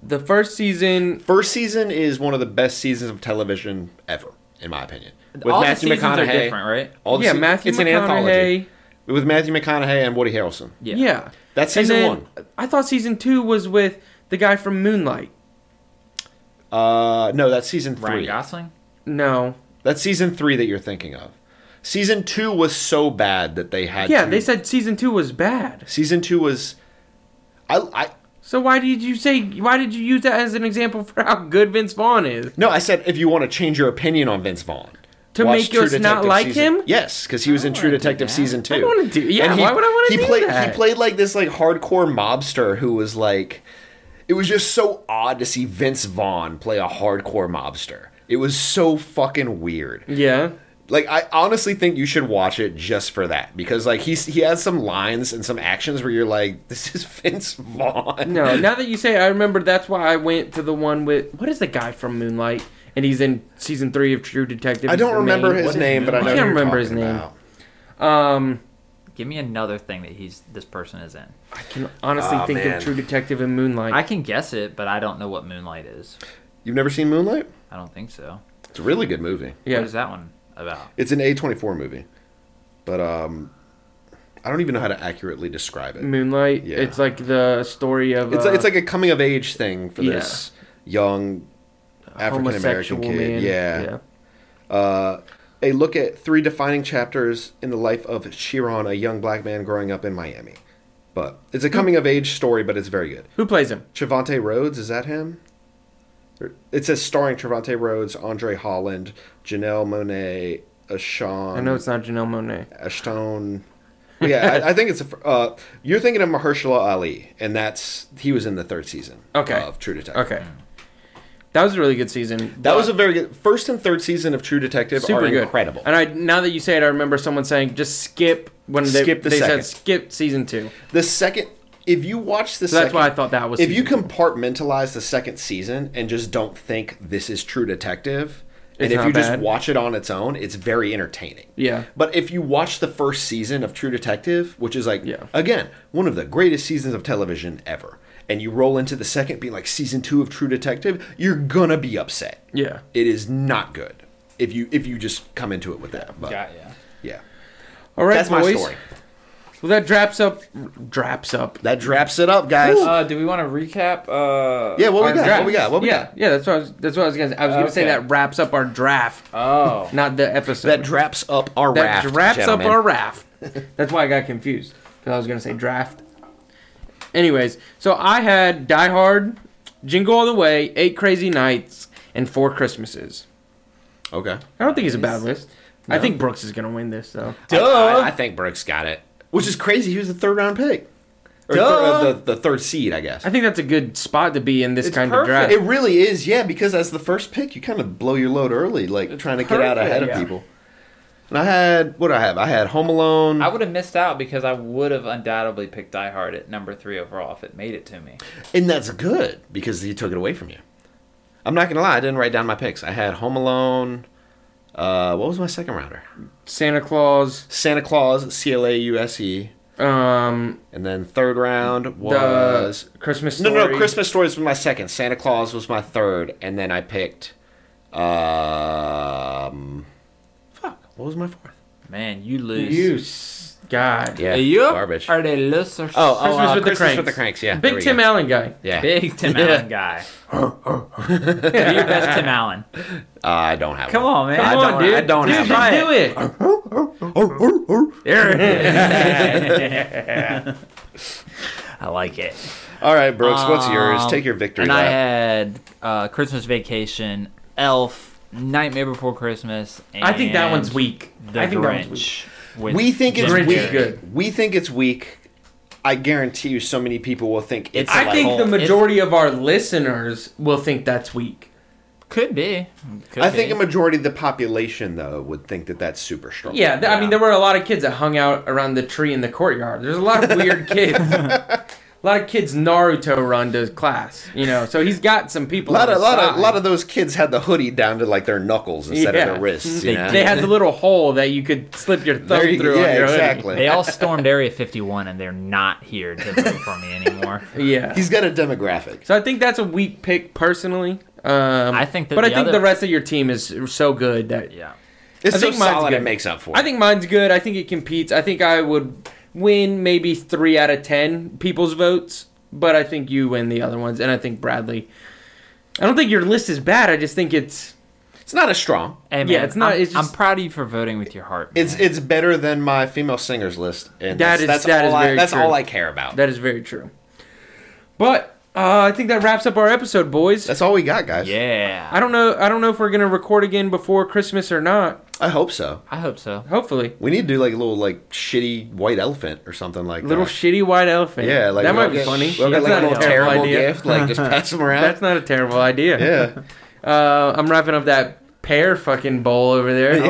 The first season,
First season is one of the best seasons of television ever, in my opinion. With
All
Matthew
the seasons
McConaughey,
are different, right?
All the
yeah,
se-
Matthew
It's
McConaughey.
an anthology with Matthew McConaughey and Woody Harrelson.
Yeah.
That's
And
season
then
one.
I thought season two was with the guy from Moonlight.
Uh, no, that's season
Ryan
three.
Gosling.
No.
That's season three that you're thinking of. Season two was so bad that they had.
Yeah,
to-
they said season two was bad.
season two was. I, I
So why did you say? Why did you use that as an example for how good Vince Vaughn is?
no, I said if you want to change your opinion on Vince Vaughn
To
watch
make
True
us not
Detective
like
season-
him?
Yes, because he was in True Detective season two.
I wanna do- yeah, why would I wanna
he
do
played,
that?
He played like this like hardcore mobster who was like. It was just so odd to see Vince Vaughn play a hardcore mobster. It was so fucking weird.
Yeah.
Like I honestly think you should watch it just for that because like he's he has some lines and some actions where you're like this is *laughs* Vince Vaughn.
No. Now that you say, it, I remember. That's why I went to the one with what is the guy from Moonlight, and he's in season three of True Detective.
I
He's
don't
the
remember
main-
his name, but I know
I
who
can't
you're
remember
talking
his name.
about.
Um,
Give me another thing that he's this person is in.
I can honestly
Aw,
think
Ah, man.
of True Detective and Moonlight.
I can guess it, but I don't know what Moonlight is.
You've never seen Moonlight?
I don't think so.
It's a really good movie.
yeah.
What is that one about?
It's an A24 movie. But um I don't even know how to accurately describe it.
Moonlight.
Yeah.
It's like the story of
It's
Mm, uh,
like, it's like a coming of age thing for
yeah.
this young African American
homosexual
kid.
man.
Yeah. Uh, a look at three defining chapters in the life of Chiron, a young black man growing up in Miami. But it's a coming of age story, but it's very good.
Who plays him?
Trevante Rhodes, is that him? Or- It says starring Trevante Rhodes, Andre Holland, Janelle Monet, Ashawn.
I know it's not Janelle Monet.
Ashton. Yeah, I, I think it's a. fr- Uh, you're thinking of Mahershala Ali, and that's he was in the third season.
Okay.
Of True Detective.
Okay. That was a really good season.
That was a very good first and third season of True Detective
super
are
good.
incredible.
And I now that you say it, I remember someone saying just skip when they,
Skip the
they
second.
said skip season two.
the second, if you watch the
So
second,
that's why I thought that was.
if you
season two.
compartmentalize the second season and just don't think this is True Detective, and
It's
if
not
you just
bad.
watch it on its own, it's very entertaining.
Yeah.
But if you watch the first season of True Detective, which is like,
Yeah.
again, one of the greatest seasons of television ever, and you roll into the second being like season two of True Detective, you're gonna be upset.
yeah,
It is not good if you if you just come into it with that. But yeah,
yeah.
all right,
that's my
boys.
story.
Well, that draps up, draps up.
That wraps it up, guys.
Uh, do we want to recap? Uh,
yeah, what
our
we got? What
drafts.
we got? What we
yeah,
got?
yeah. That's what I was. That's what I was gonna. Say. I was gonna say
Okay.
that wraps up our draft,
Oh,
not the episode.
Uh, That wraps up our
That
raft.
wraps
gentlemen.
up our
*laughs*
raft. That's why I got confused because I was gonna say draft. Anyways, so I had Die Hard, Jingle All the Way, Eight Crazy Nights, and Four Christmases.
Okay.
I don't think it's a bad list. I think Brooks is gonna win this though.
I, I- I think Brooks got it, which is crazy. He was the third round pick, or thir- uh, the the third seed, I guess.
I think that's a good spot to be in this kind
perfect.
of
It
draft.
really is, yeah, because as the first pick, you kind of blow your load early, like trying to get out
perfect,
ahead of
yeah.
people. And I had what did I have? I had Home Alone.
I would have missed out because I would have undoubtedly picked Die Hard at number three overall if it made it to me.
and that's good because he took it away from you. I'm not gonna lie, I didn't write down my picks. I had Home Alone. Uh, what was my second rounder?
Santa Claus,
Santa Claus, C L A U S E,
um,
and then third round was
the Christmas
No,
story.
no, Christmas Stories was my second. Santa Claus was my third, and then I picked. Um, fuck. What was my fourth?
Man, you lose.
Use God.
Yeah,
You
garbage.
are the loser.
Oh, oh,
Christmas with
uh,
the
Christmas
Cranks.
with the Cranks, yeah, there
Big
we
Tim
go.
Allen guy.
Yeah,
big Tim
Yeah.
Allen guy. Be your best Tim Allen.
Uh, I don't have.
Come
one.
on, man.
I
Come
don't.
on, dude.
I don't
dude,
have.
just
one.
do it.
oh.
*laughs* There it is. I like it.
All right, Brooks. What's yours?
Um,
Take your victory.
And I
lap.
had uh, Christmas Vacation, Elf, Nightmare Before Christmas. And
I think that one's weak.
The
I think that one's
Grinch. with
we think it's
Jim
Grinch is
weak.
Carrey.
good.
We think it's weak. I guarantee you, so many people will think it's.
It's-
I
like
think the
home.
majority of our listeners will think that's weak.
Could be. Could
I think
be.
a majority of the population though would think that that's super strong.
Yeah, th- I mean, there were a lot of kids that hung out around the tree in the courtyard. There's a lot of weird kids. A lot of kids Naruto run to class, you know. So he's got some
A
people.
lot
on
of,
his
lot, of,
side.
lot of those kids had the hoodie down to like their knuckles instead
Yeah.
of their wrists. You
They,
know?
they had the little hole that you could slip your thumb
There you-
through.
yeah,
on your hoodie.
exactly.
They all stormed Area 51, and they're not here to vote for me
*laughs*
anymore.
Yeah.
He's got a demographic.
So I think that's a weak pick personally. Um,
I think that
but I
the
think
other-
the rest of your team is so good that
Yeah.
It's
I
so
think mine's
solid
good.
it makes up for.
I
it.
think mine's good. I think it competes. I think I would win maybe three out of ten people's votes, but I think you win the other ones, and I think Bradley. I don't think your list is bad. I just think it's
it's not as strong.
Hey, man,
Yeah, it's not-
I'm,
it's just-
I'm proud of you for voting with your heart.
It's
man.
it's better than my female singers list, and
That
that's,
is-
that's
that
all
is
I,
very
that's
true.
all I care about.
that is very true. But uh, I think that wraps up our episode, boys.
that's all we got, guys.
yeah.
I don't know. I don't know if we're gonna record again before Christmas or not.
I hope so.
I hope
*laughs*
so.
Hopefully,
We need to do like a little like shitty white elephant or something like
little
that.
shitty white elephant.
yeah, like
that
we
might
all
be
get-
funny.
We all get
That's
like a
not
little terrible, gift, like just
*laughs*
pass them around.
That's not a terrible idea.
yeah,
*laughs* Uh, I'm wrapping up that pear fucking bowl over there.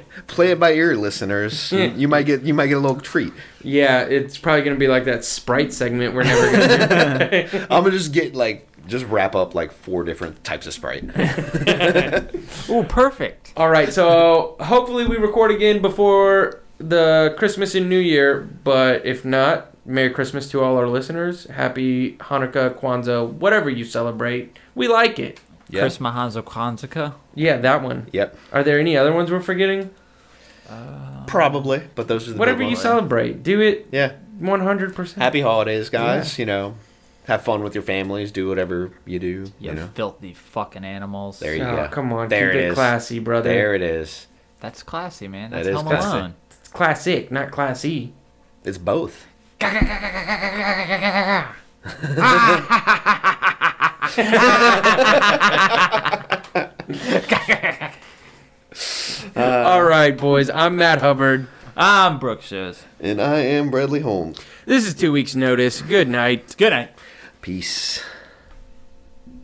Oh.
play it by ear, listeners. You- you might get you might get a little treat.
Yeah, it's probably gonna be like that Sprite segment we're never
*laughs*
gonna do.
I'm gonna just get like just wrap up like four different types
*laughs*
of Sprite.
Oh. Ooh, perfect.
All right, so hopefully we record again before the Christmas and New Year, but if not, Merry Christmas to all our listeners. Happy Hanukkah, Kwanzaa, whatever you celebrate. We like it.
Yeah.
Chris Mahanzo Kwanzaa.
Yeah, that one.
Yep,
Are there any other ones we're forgetting?
probably. But those are the
Whatever
big
you
ones.
celebrate, do it
Yeah,
100%.
happy holidays, guys. You know, have fun with your families. Do whatever you do.
You
You know,
filthy fucking animals.
There you-
Oh,
Yeah.
come on.
There
keep
it
it
is.
classy, brother.
there it is.
That's classy, man.
That
That's
is
Home
classy.
Alone.
It's classic, not classy.
It's both.
all right, boys. I'm Matt Hubbard.
I'm Um, Brooke Shows.
And I am Bradley Holmes.
This is two weeks' notice. Good night.
Good night.
Peace.